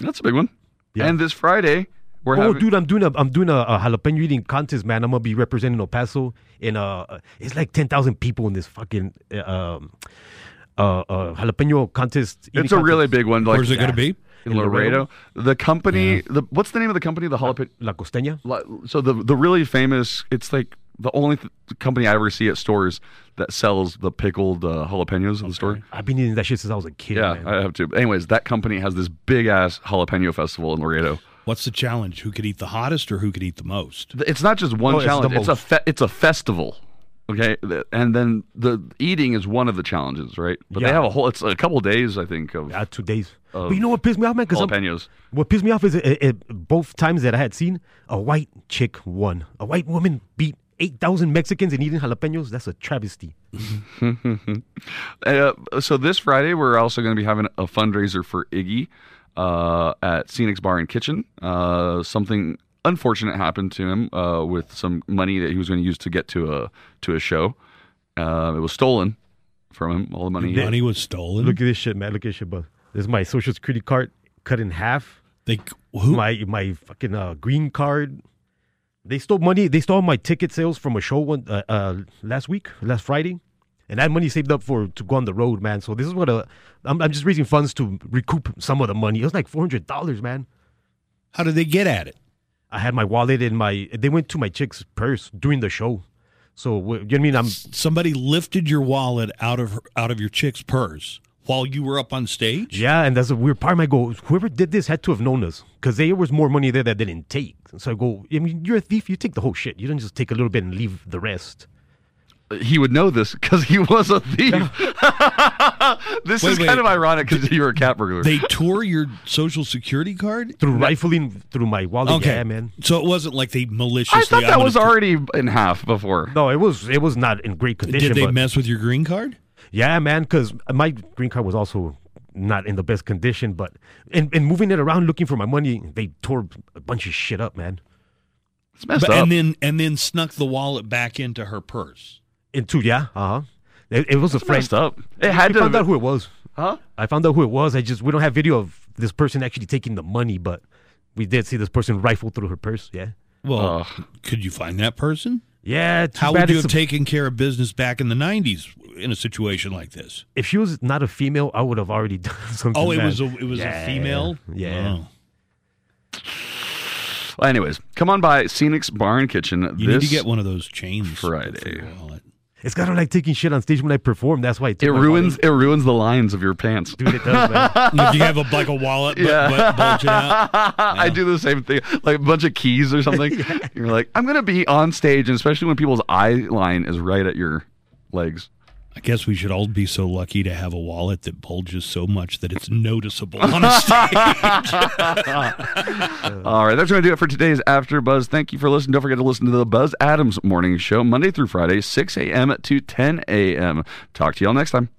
Speaker 1: That's a big one.
Speaker 3: Yeah.
Speaker 1: And this Friday, we're
Speaker 3: Oh,
Speaker 1: having.
Speaker 3: dude, I'm doing a I'm doing a, a jalapeno eating contest, man. I'm gonna be representing El Paso in uh it's like ten thousand people in this fucking uh, um uh, uh jalapeno contest. eating
Speaker 1: it's a really
Speaker 3: contest.
Speaker 1: big one. Like,
Speaker 2: Where's it going to be?
Speaker 1: In Laredo. The company, the what's the name of the company? The jalapeno.
Speaker 3: La Costeña.
Speaker 1: li- so the the really famous it's like the only th- company I ever see at stores that sells the pickled uh, jalapenos in the store.
Speaker 3: I've been eating that shit since I was a kid.
Speaker 1: Yeah,
Speaker 3: man.
Speaker 1: I have to. But anyways, that company has this big ass jalapeno festival in Laredo.
Speaker 2: What's the challenge? Who could eat the hottest or who could eat the most?
Speaker 1: Th- It's not just one
Speaker 3: Oh, it's the
Speaker 1: challenge. It's, a
Speaker 3: most.
Speaker 1: fe- it's a festival. Okay, Th- and then the eating is one of the challenges, right? But they
Speaker 3: Yeah.
Speaker 1: have a whole. It's a couple days, I think, of
Speaker 3: Uh, two days.
Speaker 1: Of
Speaker 3: but you know what pissed me off, man? Because
Speaker 1: jalapenos.
Speaker 3: what pissed me off is it, it, it- both times that I had seen a white chick won. A white woman beat eight thousand Mexicans in eating jalapenos. That's a travesty.
Speaker 1: Uh, so this Friday, we're also going to be having a fundraiser for Iggy uh, at Scenic's Bar and Kitchen. Uh, something unfortunate happened to him uh, with some money that he was going to use to get to a to a show. Uh, it was stolen from him. All the money. he had.
Speaker 2: Money was stolen.
Speaker 3: Look at this shit, man. Look at this shit, bud. This is my social security card cut in half.
Speaker 2: they, who?
Speaker 3: my my fucking uh, green card. They stole money. They stole my ticket sales from a show one uh, uh, last week, last Friday, and I had money saved up for to go on the road, man. So this is what a, I'm, I'm just raising funds to recoup some of the money. It was like four hundred dollars, man.
Speaker 2: how did they get at it?
Speaker 3: I had my wallet in my. They went to my chick's purse during the show. So wh- you know what I mean? I'm
Speaker 2: Somebody lifted your wallet out of her, out of your chick's purse while you were up on stage.
Speaker 3: yeah, and that's a weird part. I go, whoever did this had to have known us because there was more money there that they didn't take. So I go, I mean, you're a thief. You take the whole shit. You don't just take a little bit and leave the rest.
Speaker 1: He would know this because he was a thief. this
Speaker 2: Wait,
Speaker 1: is
Speaker 2: wait.
Speaker 1: kind of ironic because you were a cat burglar.
Speaker 2: They tore your social security card.
Speaker 3: through rifling through my wallet.
Speaker 2: Okay,
Speaker 3: Yeah, man.
Speaker 2: So it wasn't like they maliciously.
Speaker 1: I thought
Speaker 2: "I'm
Speaker 1: that was
Speaker 2: gonna
Speaker 1: already in half before.
Speaker 3: No, it was it was not in great
Speaker 2: t-
Speaker 3: condition.
Speaker 2: Did they
Speaker 3: but
Speaker 2: mess with your green card?
Speaker 3: yeah, man, because my green card was also not in the best condition. But in, in moving it around looking for my money, they tore a bunch of shit up, man.
Speaker 1: It's messed
Speaker 2: But-
Speaker 1: up.
Speaker 2: and then and then snuck the wallet back into her purse.
Speaker 3: And two, yeah, uh huh. It, it was a
Speaker 1: it's
Speaker 3: friend.
Speaker 1: messed up. It had
Speaker 3: I
Speaker 1: to.
Speaker 3: found out who it was.
Speaker 1: Huh?
Speaker 3: I found out who it was. I just we don't have video of this person actually taking the money, but we did see this person rifle through her purse. Yeah,
Speaker 2: Well,
Speaker 1: Ugh.
Speaker 2: could you find that person?
Speaker 3: yeah. too
Speaker 2: How
Speaker 3: bad
Speaker 2: would you
Speaker 3: it's
Speaker 2: have
Speaker 3: a-
Speaker 2: taken care of business back in the '90s in a situation like this?
Speaker 3: if she was not a female, I would have already done something.
Speaker 2: Oh, it
Speaker 3: bad.
Speaker 2: was a it was a
Speaker 3: Yeah,
Speaker 2: female.
Speaker 3: Yeah.
Speaker 2: Oh.
Speaker 1: Well, anyways, come on by Scenic's Barn Kitchen.
Speaker 2: you
Speaker 1: this
Speaker 2: need to get one of those chains. for
Speaker 1: Friday.
Speaker 2: your wallet.
Speaker 3: It's kind of like taking shit on stage when I perform. That's why it, took
Speaker 1: It
Speaker 3: my
Speaker 1: ruins.
Speaker 3: wallet.
Speaker 1: It ruins the lines of your pants.
Speaker 3: Dude, it does, man.
Speaker 2: If you have a like a wallet, but,
Speaker 1: Yeah.
Speaker 2: but bulge it out.
Speaker 1: I do the same thing, like a bunch of keys or something. You're like, I'm gonna be on stage, and especially when people's eye line is right at your legs.
Speaker 2: I guess we should all be so lucky to have a wallet that bulges so much that it's noticeable on a stage.
Speaker 1: All right, that's going to do it for today's After Buzz. Thank you for listening. Don't forget to listen to the Buzz Adams Morning Show Monday through Friday, 6 a.m. to 10 a.m. Talk to y'all next time.